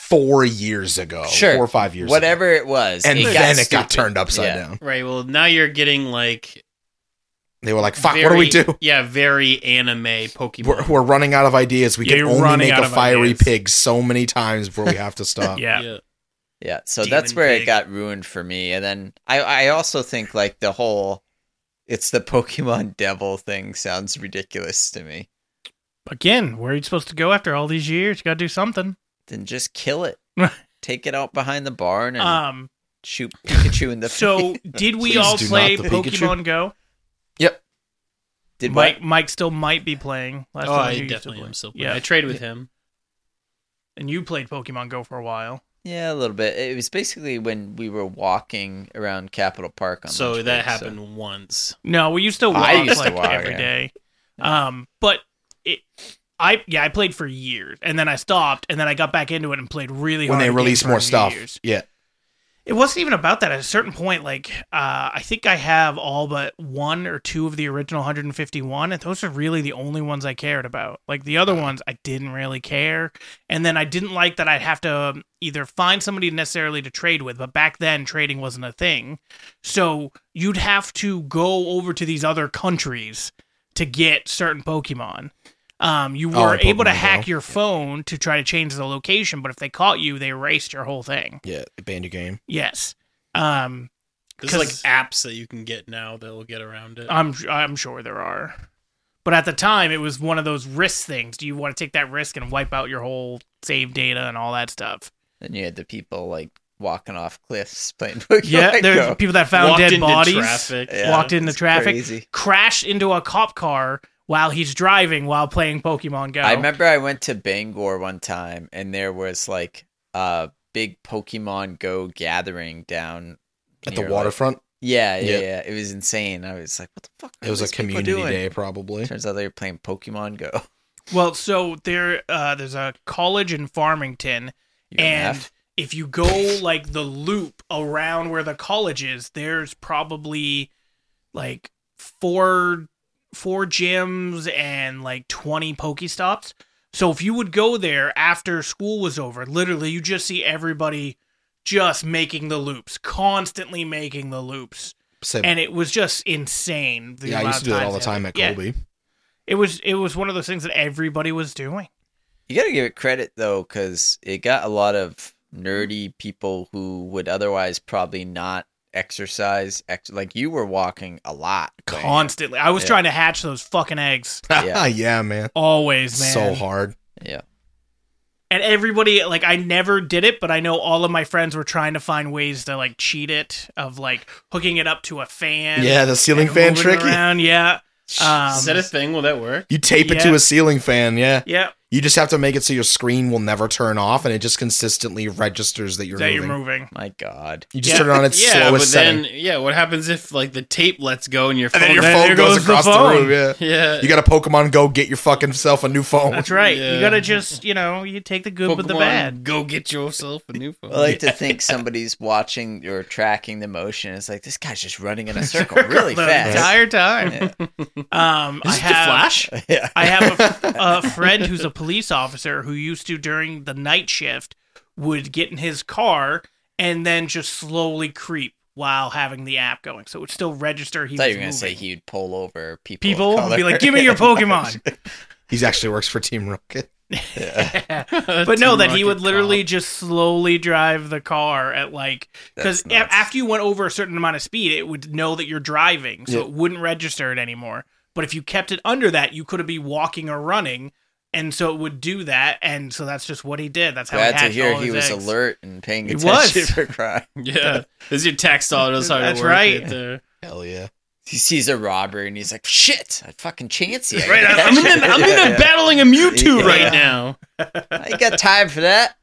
Speaker 4: four years ago,
Speaker 2: Sure.
Speaker 4: four or five years, ago.
Speaker 2: Whatever it was,
Speaker 4: and then it got
Speaker 2: stupid.
Speaker 4: turned upside
Speaker 2: Yeah.
Speaker 4: down.
Speaker 3: Right. Well, now you're getting like.
Speaker 4: They were like, "Fuck, what do we
Speaker 3: very-
Speaker 4: do?
Speaker 3: Yeah, very anime Pokemon.
Speaker 4: We're, we're running out of ideas. We
Speaker 1: Yeah,
Speaker 4: can
Speaker 1: you're
Speaker 4: only
Speaker 1: running
Speaker 4: make
Speaker 1: out
Speaker 4: a
Speaker 1: of
Speaker 4: fiery
Speaker 1: ideas.
Speaker 4: pig so many times before we have to stop."
Speaker 1: Yeah.
Speaker 2: Yeah, so
Speaker 3: Demon
Speaker 2: that's where
Speaker 3: pig.
Speaker 2: it got ruined for me. And then I, I also think like the whole it's the Pokemon Devil thing sounds ridiculous to me.
Speaker 1: Again, where are you supposed to go after all these years? You got to do something.
Speaker 2: Then just kill it. Take it out behind the barn and
Speaker 1: Um,
Speaker 2: shoot Pikachu in the
Speaker 1: so
Speaker 2: face.
Speaker 1: did we
Speaker 4: Please
Speaker 1: all
Speaker 4: do
Speaker 1: play
Speaker 4: not the Pikachu.
Speaker 1: Pokemon Go?
Speaker 2: Did what?
Speaker 1: Mike Mike still might be playing. Last
Speaker 3: Oh,
Speaker 1: time
Speaker 3: I
Speaker 1: you used to
Speaker 3: definitely
Speaker 1: play.
Speaker 3: am still. Yeah.
Speaker 1: Yeah,
Speaker 3: I trade with him.
Speaker 1: and you played Pokemon Go for a while.
Speaker 2: Yeah, a little bit. It was basically when we were walking around Capitol Park on
Speaker 3: So
Speaker 2: lunch break,
Speaker 3: that
Speaker 2: so-
Speaker 3: happened once.
Speaker 1: No, we used to walk
Speaker 2: I used to
Speaker 1: like
Speaker 2: walk,
Speaker 1: every
Speaker 2: yeah.
Speaker 1: day. Um, but it, I yeah, I played for years, and then I stopped, and then I got back into it and played really
Speaker 4: When
Speaker 1: hard.
Speaker 4: they
Speaker 1: again
Speaker 4: release
Speaker 1: for
Speaker 4: more
Speaker 1: a few
Speaker 4: stuff,
Speaker 1: years.
Speaker 4: yeah,
Speaker 1: it wasn't even about that. At a certain point, like uh, I think I have all but one or two of the original 151, and those are really the only ones I cared about. Like the
Speaker 4: Uh-huh.
Speaker 1: other ones, I didn't really care, and then I didn't like that I'd have to um, either find somebody necessarily to trade with. But back then, trading wasn't a thing, so you'd have to go over to these other countries to get certain Pokemon. Um, you
Speaker 4: Oh,
Speaker 1: were
Speaker 4: in
Speaker 1: able to
Speaker 4: Pokemon Go.
Speaker 1: hack your phone to try to change the location, but if they caught you, they erased your whole thing.
Speaker 4: yeah, banned your game.
Speaker 1: Yes. Um,
Speaker 3: There's like
Speaker 1: 'Cause-
Speaker 3: apps that you can get now that will get around it.
Speaker 1: I'm I'm sure there are, but at the time it was one of those risk things. Do you want to take that risk and wipe out your whole save data and all that stuff?
Speaker 2: Then you had the people like walking off cliffs playing Pokemon.
Speaker 1: Yeah, there's
Speaker 2: Go.
Speaker 1: people that found
Speaker 3: uh, Walked
Speaker 1: dead
Speaker 3: into
Speaker 1: bodies,
Speaker 3: traffic.
Speaker 2: Yeah.
Speaker 1: walked into
Speaker 2: It's
Speaker 1: traffic,
Speaker 2: crazy.
Speaker 1: crashed into a cop car while he's driving while playing Pokemon Go.
Speaker 2: I remember I went to Bangor one time and there was like a big Pokemon Go gathering down
Speaker 4: At the
Speaker 2: near, like-
Speaker 4: waterfront,
Speaker 2: yeah, yeah,
Speaker 4: Yeah.
Speaker 2: yeah, It was insane. I was like, what the fuck?
Speaker 4: it was a community day, probably.
Speaker 2: Turns out they were playing Pokemon Go.
Speaker 1: Well, so there uh, there's a college in Farmington, and
Speaker 2: UMF?
Speaker 1: if you go like the loop around where the college is, there's probably like four four gyms and like 20 Pokestops. So if you would go there after school was over, literally you just see everybody just making the loops, constantly making the loops.
Speaker 4: Same-
Speaker 1: And it was just insane. the
Speaker 4: yeah, I
Speaker 1: amount
Speaker 4: used
Speaker 1: of
Speaker 4: to do that
Speaker 1: times
Speaker 4: all the
Speaker 1: they-
Speaker 4: time at
Speaker 1: Yeah.
Speaker 4: Colby.
Speaker 1: It was it was one of those things that everybody was doing.
Speaker 2: You gotta give it credit though, because it got a lot of nerdy people who would otherwise probably not exercise. Ex- like you were walking a lot. playing it.
Speaker 1: constantly. I was
Speaker 2: Yeah.
Speaker 1: trying to hatch those fucking eggs
Speaker 4: Ah, Yeah,
Speaker 2: Yeah.
Speaker 4: man.
Speaker 1: always, man.
Speaker 4: So hard.
Speaker 2: Yeah.
Speaker 1: And everybody like I never did it, but I know all of my friends were trying to find ways to like cheat it of like hooking it up to a fan.
Speaker 4: yeah, the ceiling
Speaker 1: and
Speaker 4: fan
Speaker 1: moving it
Speaker 4: trick.
Speaker 1: Around. Yeah. Um,
Speaker 3: Is that a thing? Will that work?
Speaker 4: You tape it
Speaker 1: Yeah.
Speaker 4: to a ceiling fan. Yeah,
Speaker 1: yeah.
Speaker 4: You just have to make it so your screen will never turn off, and it just consistently registers that you're
Speaker 1: that
Speaker 4: moving.
Speaker 1: you're moving.
Speaker 2: My God.
Speaker 4: You just turn it on its
Speaker 3: yeah,
Speaker 4: slowest
Speaker 3: but
Speaker 4: setting,
Speaker 3: then yeah, what happens if like the tape lets go and your phone
Speaker 4: and then your
Speaker 1: then
Speaker 4: phone
Speaker 1: there
Speaker 4: goes,
Speaker 1: goes the
Speaker 4: across the,
Speaker 1: phone.
Speaker 4: room. Yeah.
Speaker 3: yeah
Speaker 4: you got to Pokemon Go get your fucking self a new phone.
Speaker 1: That's right.
Speaker 3: Yeah.
Speaker 1: You gotta just you know you take the good with the
Speaker 3: Pokemon,
Speaker 1: bad.
Speaker 3: Go get yourself a new phone.
Speaker 2: I like to think somebody's watching or tracking the motion. It's like this guy's just running in a circle really
Speaker 1: the
Speaker 2: fast.
Speaker 1: entire time. Um, I
Speaker 3: Is it the
Speaker 1: have
Speaker 3: Flash?
Speaker 2: Yeah.
Speaker 1: I have a, a friend who's a police officer who used to during the night shift would get in his car and then just slowly creep while having the app going, so it would still register he
Speaker 2: I thought
Speaker 1: was
Speaker 2: you were gonna say
Speaker 1: moving.
Speaker 2: he'd pull over people. of
Speaker 1: People would be
Speaker 2: color.
Speaker 1: like, "Give me your Pokemon,"
Speaker 4: He actually works for Team Rocket.
Speaker 1: but no, that he would literally just slowly drive the car at like because
Speaker 2: That's nuts.
Speaker 1: after you went over a certain amount of speed, it would know that you're driving, so
Speaker 4: Yeah.
Speaker 1: it wouldn't register it anymore. But if you kept it under that, you could have been walking or running, and so it would do that. And so that's just what he did. That's how
Speaker 2: Glad
Speaker 1: he
Speaker 2: to
Speaker 1: hatched
Speaker 2: hear
Speaker 1: all
Speaker 2: he
Speaker 1: his
Speaker 2: was
Speaker 1: eggs.
Speaker 2: alert and paying
Speaker 1: He
Speaker 2: attention
Speaker 1: was.
Speaker 2: for crime.
Speaker 3: yeah. This is your tax dollar. That's how it
Speaker 1: That's
Speaker 3: works
Speaker 1: right.
Speaker 3: there.
Speaker 4: Hell yeah.
Speaker 2: He sees a robber and he's like, "Shit, I fucking chancy." I
Speaker 3: Right,
Speaker 2: gotta
Speaker 3: I'm in,
Speaker 2: catch
Speaker 3: the,
Speaker 2: it."
Speaker 3: I'm in
Speaker 2: Yeah,
Speaker 3: the
Speaker 2: yeah.
Speaker 3: battling a Mewtwo
Speaker 2: Yeah.
Speaker 3: right now.
Speaker 2: I ain't got time for that.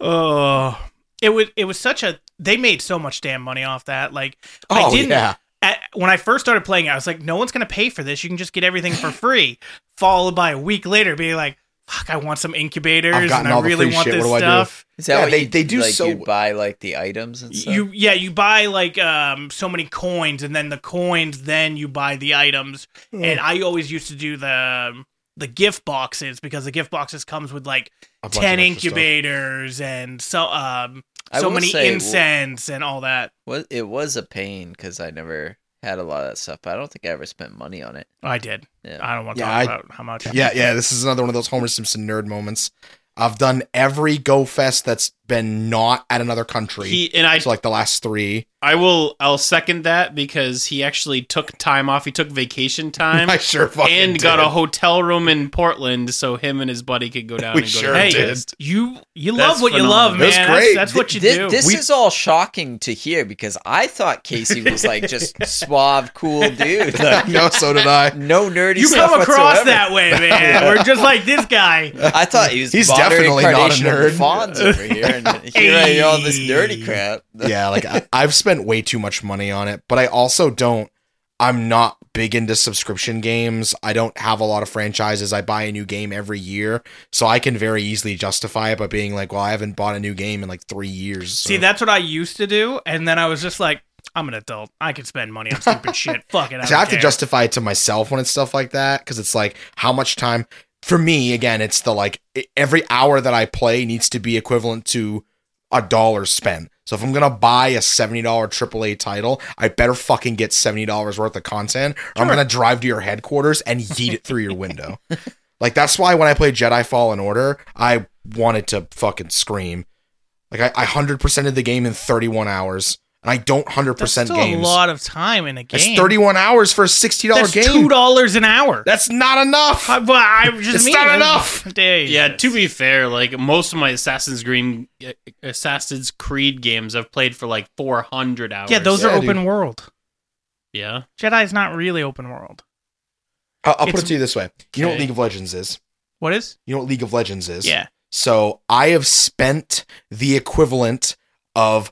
Speaker 1: Oh, it was it was such a they made so much damn money off that. Like
Speaker 2: Oh,
Speaker 4: Oh,
Speaker 1: I didn't at, when I first started playing, it, I was like, no one's gonna pay for this. You can just get everything for free. Followed by a week later, being like, fuck, I want some incubators
Speaker 4: I've gotten
Speaker 1: and I
Speaker 4: all the
Speaker 1: really
Speaker 4: free
Speaker 1: want
Speaker 4: shit.
Speaker 1: this
Speaker 4: What do I do?
Speaker 1: stuff.
Speaker 2: Is that
Speaker 4: Yeah,
Speaker 2: what
Speaker 4: they-
Speaker 2: you,
Speaker 4: they do
Speaker 2: like,
Speaker 4: so-
Speaker 2: You buy like the items and stuff.
Speaker 1: You yeah, you buy like um so many coins, and then the coins, then you buy the items.
Speaker 4: Hmm.
Speaker 1: And I always used to do the um, the gift boxes because the gift boxes comes with like
Speaker 4: A bunch of
Speaker 1: ten
Speaker 4: extra stuff.
Speaker 1: incubators and so um
Speaker 2: I
Speaker 1: so
Speaker 2: will
Speaker 1: many
Speaker 2: say,
Speaker 1: incense and all that.
Speaker 2: wa- it was a pain because I never had a lot of that stuff. But I don't think I ever spent money on it.
Speaker 1: I did.
Speaker 2: Yeah.
Speaker 1: I don't want to
Speaker 4: Yeah,
Speaker 1: talk
Speaker 4: I-
Speaker 1: about how much.
Speaker 4: Yeah, yeah. This is another one of those Homer Simpson nerd moments. I've done every Go Fest that's been not at another country.
Speaker 3: He and I
Speaker 4: so like the last three.
Speaker 3: I will I'll second that because he actually took time off. He took vacation time
Speaker 4: I sure fucking
Speaker 3: and got
Speaker 4: did.
Speaker 3: a hotel room in Portland so him and his buddy could go down
Speaker 4: We
Speaker 3: and go
Speaker 4: sure
Speaker 3: to
Speaker 1: Hey,
Speaker 3: the
Speaker 4: did.
Speaker 3: coast.
Speaker 1: you you
Speaker 3: That's
Speaker 1: love what you love, man.
Speaker 3: phenomenal.
Speaker 4: That's
Speaker 1: That's,
Speaker 4: great.
Speaker 1: that's what you
Speaker 2: Thi-
Speaker 1: do.
Speaker 2: This
Speaker 4: We-
Speaker 2: is all shocking to hear because I thought Casey was like just suave, cool dude. Like,
Speaker 4: no, so did I.
Speaker 2: no nerdy
Speaker 1: you
Speaker 2: stuff
Speaker 1: come across
Speaker 2: whatsoever.
Speaker 1: that way, man. We're just like this guy.
Speaker 2: I thought he was
Speaker 4: He's
Speaker 2: the modern
Speaker 4: definitely not a
Speaker 2: incarnation of the
Speaker 4: nerd.
Speaker 2: Fonz over here, and here I hear all this nerdy crap.
Speaker 4: Yeah, like I, I've spent way too much money on it, but I also don't. I'm not big into subscription games. I don't have a lot of franchises. I buy a new game every year, so I can very easily justify it by being like, "Well, I haven't bought a new game in like three years." so-
Speaker 1: See, that's what I used to do, and then I was just like, I'm an adult. I can spend money on stupid shit. Fuck it. I,
Speaker 4: So I have to
Speaker 1: just
Speaker 4: justify it to myself when it's stuff like that because it's like how much time for me again it's the like e- every hour that I play needs to be equivalent to a dollar spent. So if I'm gonna buy a seventy dollar AAA title, I better fucking get seventy dollars worth of content, or I'm gonna drive to your headquarters and yeet it through your window. like that's why when I played Jedi Fallen Order, I wanted to fucking scream. Like I hundred percented the game in thirty one hours, and I don't hundred
Speaker 1: that's
Speaker 4: percent
Speaker 1: still
Speaker 4: games.
Speaker 1: a lot of time in a game.
Speaker 4: It's 31 hours for a $60
Speaker 1: That's
Speaker 4: game.
Speaker 1: two dollars an hour.
Speaker 4: That's not enough.
Speaker 1: I, well, I just
Speaker 4: It's
Speaker 1: mean
Speaker 4: not
Speaker 1: it.
Speaker 4: enough.
Speaker 1: Days.
Speaker 3: Yeah, to be fair, like most of my Assassin's Creed Assassin's Creed games I've played for like 400 hours.
Speaker 1: yeah, those
Speaker 4: Yeah,
Speaker 1: are
Speaker 4: dude.
Speaker 1: open world.
Speaker 3: Yeah.
Speaker 1: Jedi's not really open world.
Speaker 4: I'll, I'll put
Speaker 1: It's-
Speaker 4: it to you this way. You know what
Speaker 3: Okay.
Speaker 4: League of Legends is?
Speaker 1: What is?
Speaker 4: You know what League of Legends is?
Speaker 1: Yeah.
Speaker 4: So I have spent the equivalent of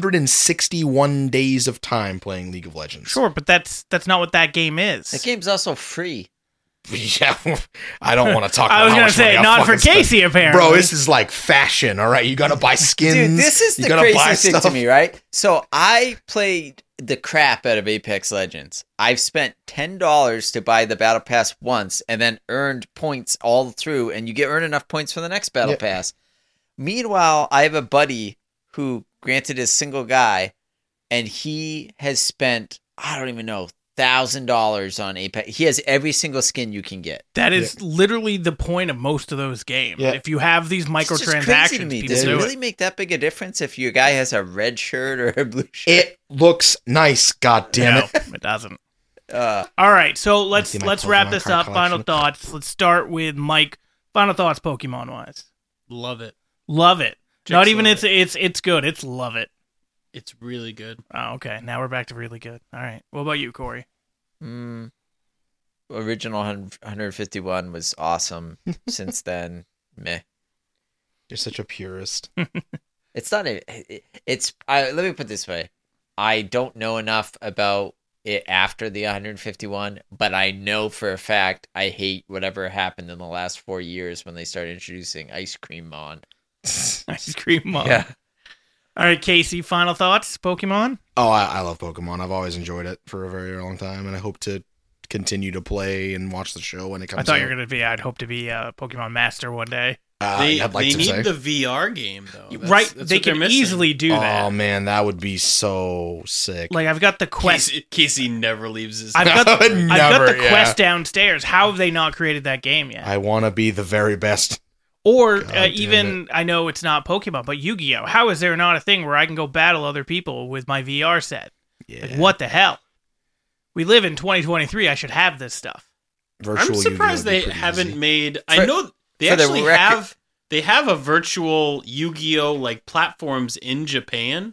Speaker 4: 261 days of time playing League of Legends.
Speaker 1: Sure, but that's that's not what that game is.
Speaker 2: That game's also free.
Speaker 4: Yeah. I don't want to talk about
Speaker 1: I was
Speaker 4: how
Speaker 1: gonna
Speaker 4: much money
Speaker 1: say
Speaker 4: I
Speaker 1: not for
Speaker 4: fucking spent.
Speaker 1: Casey apparently.
Speaker 4: Bro, this is like fashion, all right? You got to buy skins.
Speaker 2: Dude, this is
Speaker 4: you
Speaker 2: the
Speaker 4: gotta buy
Speaker 2: crazy thing to
Speaker 4: stuff.
Speaker 2: me, right? So I played the crap out of Apex Legends. I've spent ten dollars to buy the battle pass once, and then earned points all through, and you get earn enough points for the next battle
Speaker 4: Yeah.
Speaker 2: pass. Meanwhile, I have a buddy who, granted, is single guy, and he has spent I don't even know thousand dollars on Apex. He has every single skin you can get.
Speaker 1: That is literally the point of most of those games.
Speaker 4: Yeah.
Speaker 1: If you have these
Speaker 2: It's just crazy to
Speaker 1: microtransactions,
Speaker 2: me.
Speaker 1: people
Speaker 2: Does it
Speaker 1: do
Speaker 2: really
Speaker 1: it.
Speaker 2: make that big a difference if your guy has a red shirt or a blue shirt?
Speaker 4: It looks nice, god damn it.
Speaker 1: No, it doesn't.
Speaker 2: Uh,
Speaker 1: All right, so let's
Speaker 4: see my
Speaker 1: let's
Speaker 4: Pokemon
Speaker 1: wrap this
Speaker 4: card
Speaker 1: up. Final
Speaker 4: collection.
Speaker 1: thoughts. Let's start with Mike. Final thoughts, Pokemon wise.
Speaker 3: Love it.
Speaker 1: Love it.
Speaker 3: Jake's
Speaker 1: Not even
Speaker 3: love
Speaker 1: it's it's it's good. It's love it.
Speaker 3: It's really good.
Speaker 1: Oh, okay, now we're back to really good. All right. What about you, Corey?
Speaker 2: mm, original 100 151 was awesome. Since then, meh.
Speaker 4: You're such a purist.
Speaker 2: It's not a. it- It's. I let me put it this way. I don't know enough about it after the 151, but I know for a fact I hate whatever happened in the last four years when they started introducing ice cream on.
Speaker 1: Ice cream mug. All right, Casey. Final thoughts. Pokemon.
Speaker 4: Oh, I, I love Pokemon. I've always enjoyed it for a very long time, and I hope to continue to play and watch the show when it comes.
Speaker 1: I thought
Speaker 4: out.
Speaker 1: you were gonna be. I'd hope to be a Pokemon master one day.
Speaker 4: Uh,
Speaker 3: they
Speaker 4: I'd like
Speaker 3: they
Speaker 4: to
Speaker 3: need
Speaker 4: say.
Speaker 3: the VR game though. That's-
Speaker 1: right?
Speaker 3: that's
Speaker 1: they
Speaker 3: what they're
Speaker 1: can
Speaker 3: missing.
Speaker 1: easily do
Speaker 4: oh
Speaker 1: that.
Speaker 4: man, that would be so sick.
Speaker 1: Like I've got the quest.
Speaker 3: Casey, Casey never leaves his.
Speaker 1: I've got
Speaker 4: I would
Speaker 1: the, I've got
Speaker 4: never,
Speaker 1: the
Speaker 4: yeah.
Speaker 1: quest downstairs. How have they not created that game yet?
Speaker 4: I want to be the very best.
Speaker 1: Or
Speaker 4: God
Speaker 1: uh,
Speaker 4: damn
Speaker 1: even I know it's not Pokemon, but Yu-Gi-Oh. How is there not a thing where I can go battle other people with my VR set?
Speaker 4: Yeah.
Speaker 1: Like what the hell? We live in 2023. I should have this stuff.
Speaker 4: Virtual
Speaker 3: I'm
Speaker 4: Yu-Gi-Oh
Speaker 3: surprised
Speaker 4: would be
Speaker 3: they
Speaker 4: pretty
Speaker 3: haven't
Speaker 4: easy.
Speaker 3: made.
Speaker 2: For-
Speaker 3: I know they
Speaker 2: for the
Speaker 3: actually
Speaker 2: record-
Speaker 3: have. They have a virtual Yu-Gi-Oh like platforms in Japan.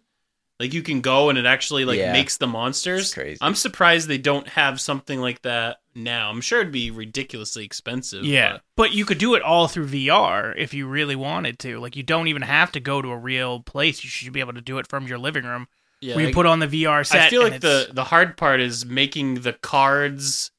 Speaker 3: Like you can go and it actually like
Speaker 2: Yeah.
Speaker 3: makes the monsters.
Speaker 2: It's crazy.
Speaker 3: I'm surprised they don't have something like that now. I'm sure it'd be ridiculously expensive.
Speaker 1: Yeah, but you could do it all through VR if you really wanted to. Like you don't even have to go to a real place. You should be able to do it from your living room.
Speaker 3: but, yeah.
Speaker 1: where you
Speaker 3: I-
Speaker 1: put on the VR set.
Speaker 3: I feel
Speaker 1: and
Speaker 3: like the
Speaker 1: it's-
Speaker 3: the hard part is making the cards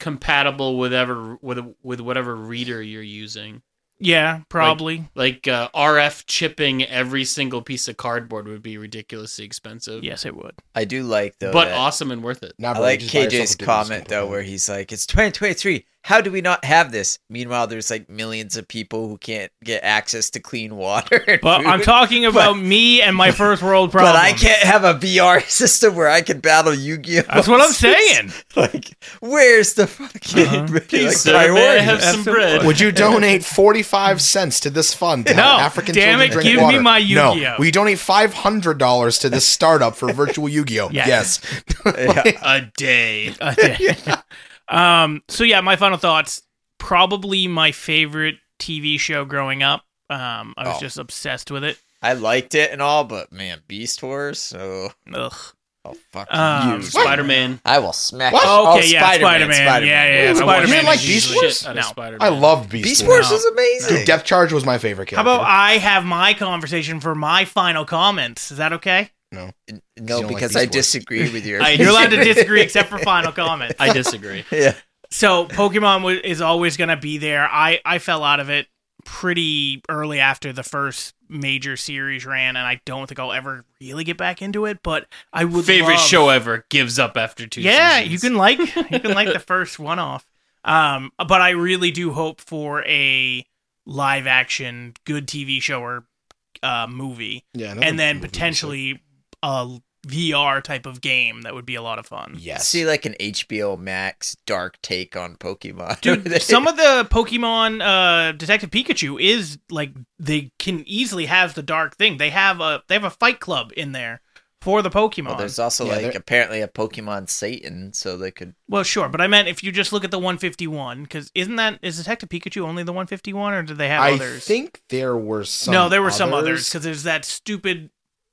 Speaker 3: compatible with ever with with whatever reader you're using.
Speaker 1: yeah, probably.
Speaker 3: Like uh, RF chipping every single piece of cardboard would be ridiculously expensive.
Speaker 1: yes, it would.
Speaker 2: I do like though.
Speaker 3: but
Speaker 2: that-
Speaker 3: awesome and worth it.
Speaker 4: Nah,
Speaker 2: I
Speaker 4: bro,
Speaker 2: like
Speaker 4: just buy yourself
Speaker 2: KJ's
Speaker 4: a Disney
Speaker 2: comment
Speaker 4: Pokemon.
Speaker 2: though, where he's like, "It's 2023. How do we not have this?" Meanwhile, there's like millions of people who can't get access to clean water. And
Speaker 1: But I'm
Speaker 2: food.
Speaker 1: talking about me and my first world
Speaker 2: But
Speaker 1: problem.
Speaker 2: I can't have a VR system where I can battle Yu-Gi-Oh.
Speaker 1: That's what I'm saying.
Speaker 2: like, where's the fucking
Speaker 1: Uh-huh.
Speaker 2: like,
Speaker 3: Peace, sir. May I
Speaker 2: priority?
Speaker 3: have some bread?
Speaker 4: Would you donate 45 cents to this fund to
Speaker 1: No,
Speaker 4: help African
Speaker 1: damn
Speaker 4: children
Speaker 1: it,
Speaker 4: drink
Speaker 1: give me
Speaker 4: water?
Speaker 1: my Yu-Gi-Oh.
Speaker 4: No, we donate $500 to this startup for virtual Yu-Gi-Oh.
Speaker 1: Yes.
Speaker 4: Yes.
Speaker 2: Yeah.
Speaker 3: A day.
Speaker 1: Uh, yeah. um, so yeah, my final thoughts. Probably my favorite TV show growing up. Um, I was
Speaker 2: Oh.
Speaker 1: just obsessed with it.
Speaker 2: I liked it and all, but man, Beast Wars. So
Speaker 1: Ugh.
Speaker 2: oh fuck
Speaker 1: Um,
Speaker 2: you,
Speaker 1: What?
Speaker 3: Spider Man.
Speaker 2: I will smack.
Speaker 4: What?
Speaker 2: Oh,
Speaker 1: Okay, yeah, Spider-Man. Yeah, yeah,
Speaker 4: Ooh,
Speaker 1: yeah.
Speaker 4: you
Speaker 1: Spider-Man
Speaker 4: didn't
Speaker 1: is
Speaker 4: like Beast
Speaker 1: usually-
Speaker 4: Wars?
Speaker 3: Shit out
Speaker 1: No.
Speaker 3: of Spider-Man.
Speaker 4: I love Beast,
Speaker 2: Beast Wars
Speaker 4: Wars.
Speaker 1: No.
Speaker 2: is amazing.
Speaker 4: Dude, Depth Charge was my favorite
Speaker 1: How
Speaker 4: character.
Speaker 1: about I have my conversation for my final comments? Is that okay?
Speaker 4: You
Speaker 2: no,
Speaker 4: don't like
Speaker 2: because
Speaker 4: Beast
Speaker 2: I
Speaker 4: Wars.
Speaker 2: disagree with your.
Speaker 3: I-
Speaker 1: You're allowed to disagree except for final comments.
Speaker 3: I disagree.
Speaker 2: yeah.
Speaker 1: So Pokemon wa is always going to be there. I I fell out of it pretty early after the first major series ran, and I don't think I'll ever really get back into it. But I would
Speaker 3: Favorite
Speaker 1: love-
Speaker 3: show ever gives up after two.
Speaker 1: Yeah,
Speaker 3: seasons.
Speaker 1: you can like you can like the first one off. Um, but I really do hope for a live action good TV show or uh, movie,
Speaker 4: Yeah, another
Speaker 1: and then
Speaker 4: movie, so-
Speaker 1: potentially a VR type of game that would be a lot of fun.
Speaker 4: Yes.
Speaker 2: See like an HBO Max dark take on Pokemon.
Speaker 1: Dude, some of the Pokemon uh, Detective Pikachu is like they can easily have the dark thing. They have a they have a fight club in there for
Speaker 3: Oh,
Speaker 1: the Pokemon.
Speaker 2: Well,
Speaker 1: Well,
Speaker 2: there's also
Speaker 4: Yeah,
Speaker 2: like
Speaker 4: there-
Speaker 2: apparently a Pokemon Satan, so they could.
Speaker 1: sure, but I meant if you just look at the 151 cuz isn't that is Detective Pikachu only the 151 or do they have
Speaker 4: I
Speaker 1: others?
Speaker 4: think there were some
Speaker 1: no, there were some others cuz there's that stupid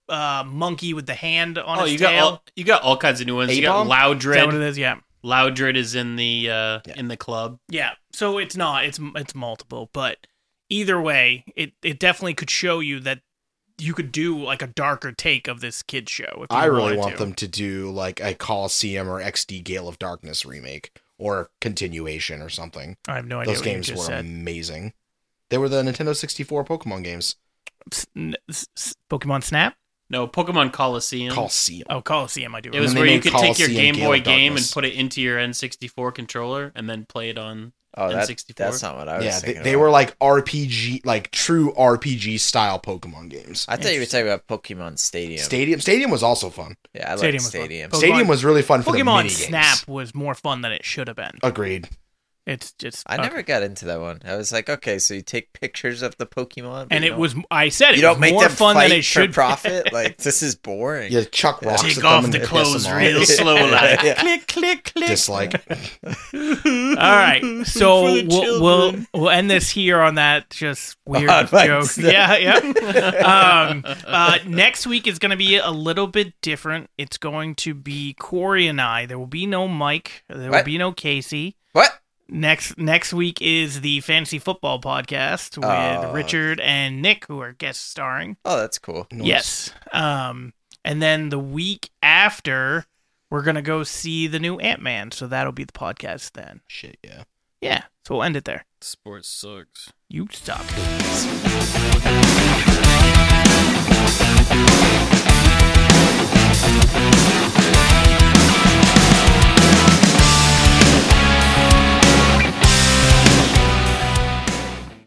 Speaker 1: uh, monkey with the hand on
Speaker 3: Oh,
Speaker 1: his
Speaker 3: you got
Speaker 1: tail.
Speaker 3: all you got all kinds of new ones. You got
Speaker 2: A-bomb?
Speaker 1: is that what
Speaker 3: Loudred.
Speaker 1: it is? Yeah.
Speaker 3: Loudred is in the uh,
Speaker 4: Yeah.
Speaker 3: in the club.
Speaker 1: Yeah. So it's not it's it's multiple, but either way, it it definitely could show you that you could do like a darker take of this kid show. If you
Speaker 4: I really
Speaker 1: wanted
Speaker 4: want
Speaker 1: to.
Speaker 4: them to do like a Coliseum or XD Gale of Darkness remake or continuation or something.
Speaker 1: I have no idea
Speaker 4: Those
Speaker 1: what you
Speaker 4: games
Speaker 1: just
Speaker 4: were
Speaker 1: said.
Speaker 4: amazing. They were the Nintendo 64 Pokemon games.
Speaker 1: S- n- s- s- Pokemon Snap.
Speaker 3: No, Pokemon Coliseum.
Speaker 4: Coliseum.
Speaker 1: Oh, Coliseum. I do.
Speaker 3: it was
Speaker 4: And
Speaker 1: remember.
Speaker 4: they
Speaker 3: where you
Speaker 4: made
Speaker 3: could take your
Speaker 4: Coliseum
Speaker 3: Game
Speaker 4: Gale
Speaker 3: Boy
Speaker 4: of
Speaker 3: game and
Speaker 4: Darkness.
Speaker 3: put it into your N64 controller and then play it on.
Speaker 2: Oh, that,
Speaker 3: N64?
Speaker 2: that's not what I was
Speaker 4: yeah, they,
Speaker 2: thinking.
Speaker 4: they
Speaker 2: about.
Speaker 4: were like RPG, like true RPG style Pokemon games.
Speaker 2: I thought you were talking about Pokemon Stadium.
Speaker 4: Stadium, Stadium was also fun.
Speaker 2: yeah, I like
Speaker 1: Stadium
Speaker 2: Stadium.
Speaker 1: was fun. Pokemon-
Speaker 4: Stadium was really fun for the
Speaker 1: Pokemon
Speaker 4: mini
Speaker 1: Snap was more fun than it should have been.
Speaker 4: Agreed.
Speaker 1: It's just
Speaker 2: I
Speaker 1: okay.
Speaker 2: never got into that one. I was like, okay, so you take pictures of the Pokemon, but
Speaker 1: And
Speaker 2: you
Speaker 1: it
Speaker 2: don't-
Speaker 1: was I said it
Speaker 2: you don't
Speaker 1: was
Speaker 2: make
Speaker 1: more
Speaker 2: them
Speaker 1: fun
Speaker 2: fight
Speaker 1: than it should.
Speaker 2: for
Speaker 1: be.
Speaker 2: profit. like this is boring.
Speaker 4: Yeah, Chuck rocks at
Speaker 3: Take
Speaker 4: them
Speaker 3: off
Speaker 4: and
Speaker 3: the
Speaker 4: piss
Speaker 3: clothes
Speaker 4: them off.
Speaker 3: real slow, like
Speaker 2: Yeah.
Speaker 3: click, click, click.
Speaker 4: Dislike.
Speaker 1: All right, so
Speaker 2: For the
Speaker 1: we'll, we'll
Speaker 2: children.
Speaker 1: we'll end this here on that just weird
Speaker 2: Odd
Speaker 1: joke.
Speaker 2: Mike's.
Speaker 1: Yeah, yeah. um, uh, next week is going to be a little bit different. It's going to be Corey and I. There will be no Mike. There will
Speaker 2: What?
Speaker 1: be no Casey.
Speaker 2: What?
Speaker 1: Next next week is the fantasy football podcast with
Speaker 2: Oh.
Speaker 1: Richard and Nick, who are guest starring.
Speaker 2: Oh, that's cool.
Speaker 4: Nice.
Speaker 1: Yes. Um, and then the week after, we're gonna go see the new Ant Man. So that'll be the podcast then.
Speaker 4: Shit, yeah.
Speaker 1: Yeah. So we'll end it there.
Speaker 3: Sports sucks.
Speaker 1: You suck.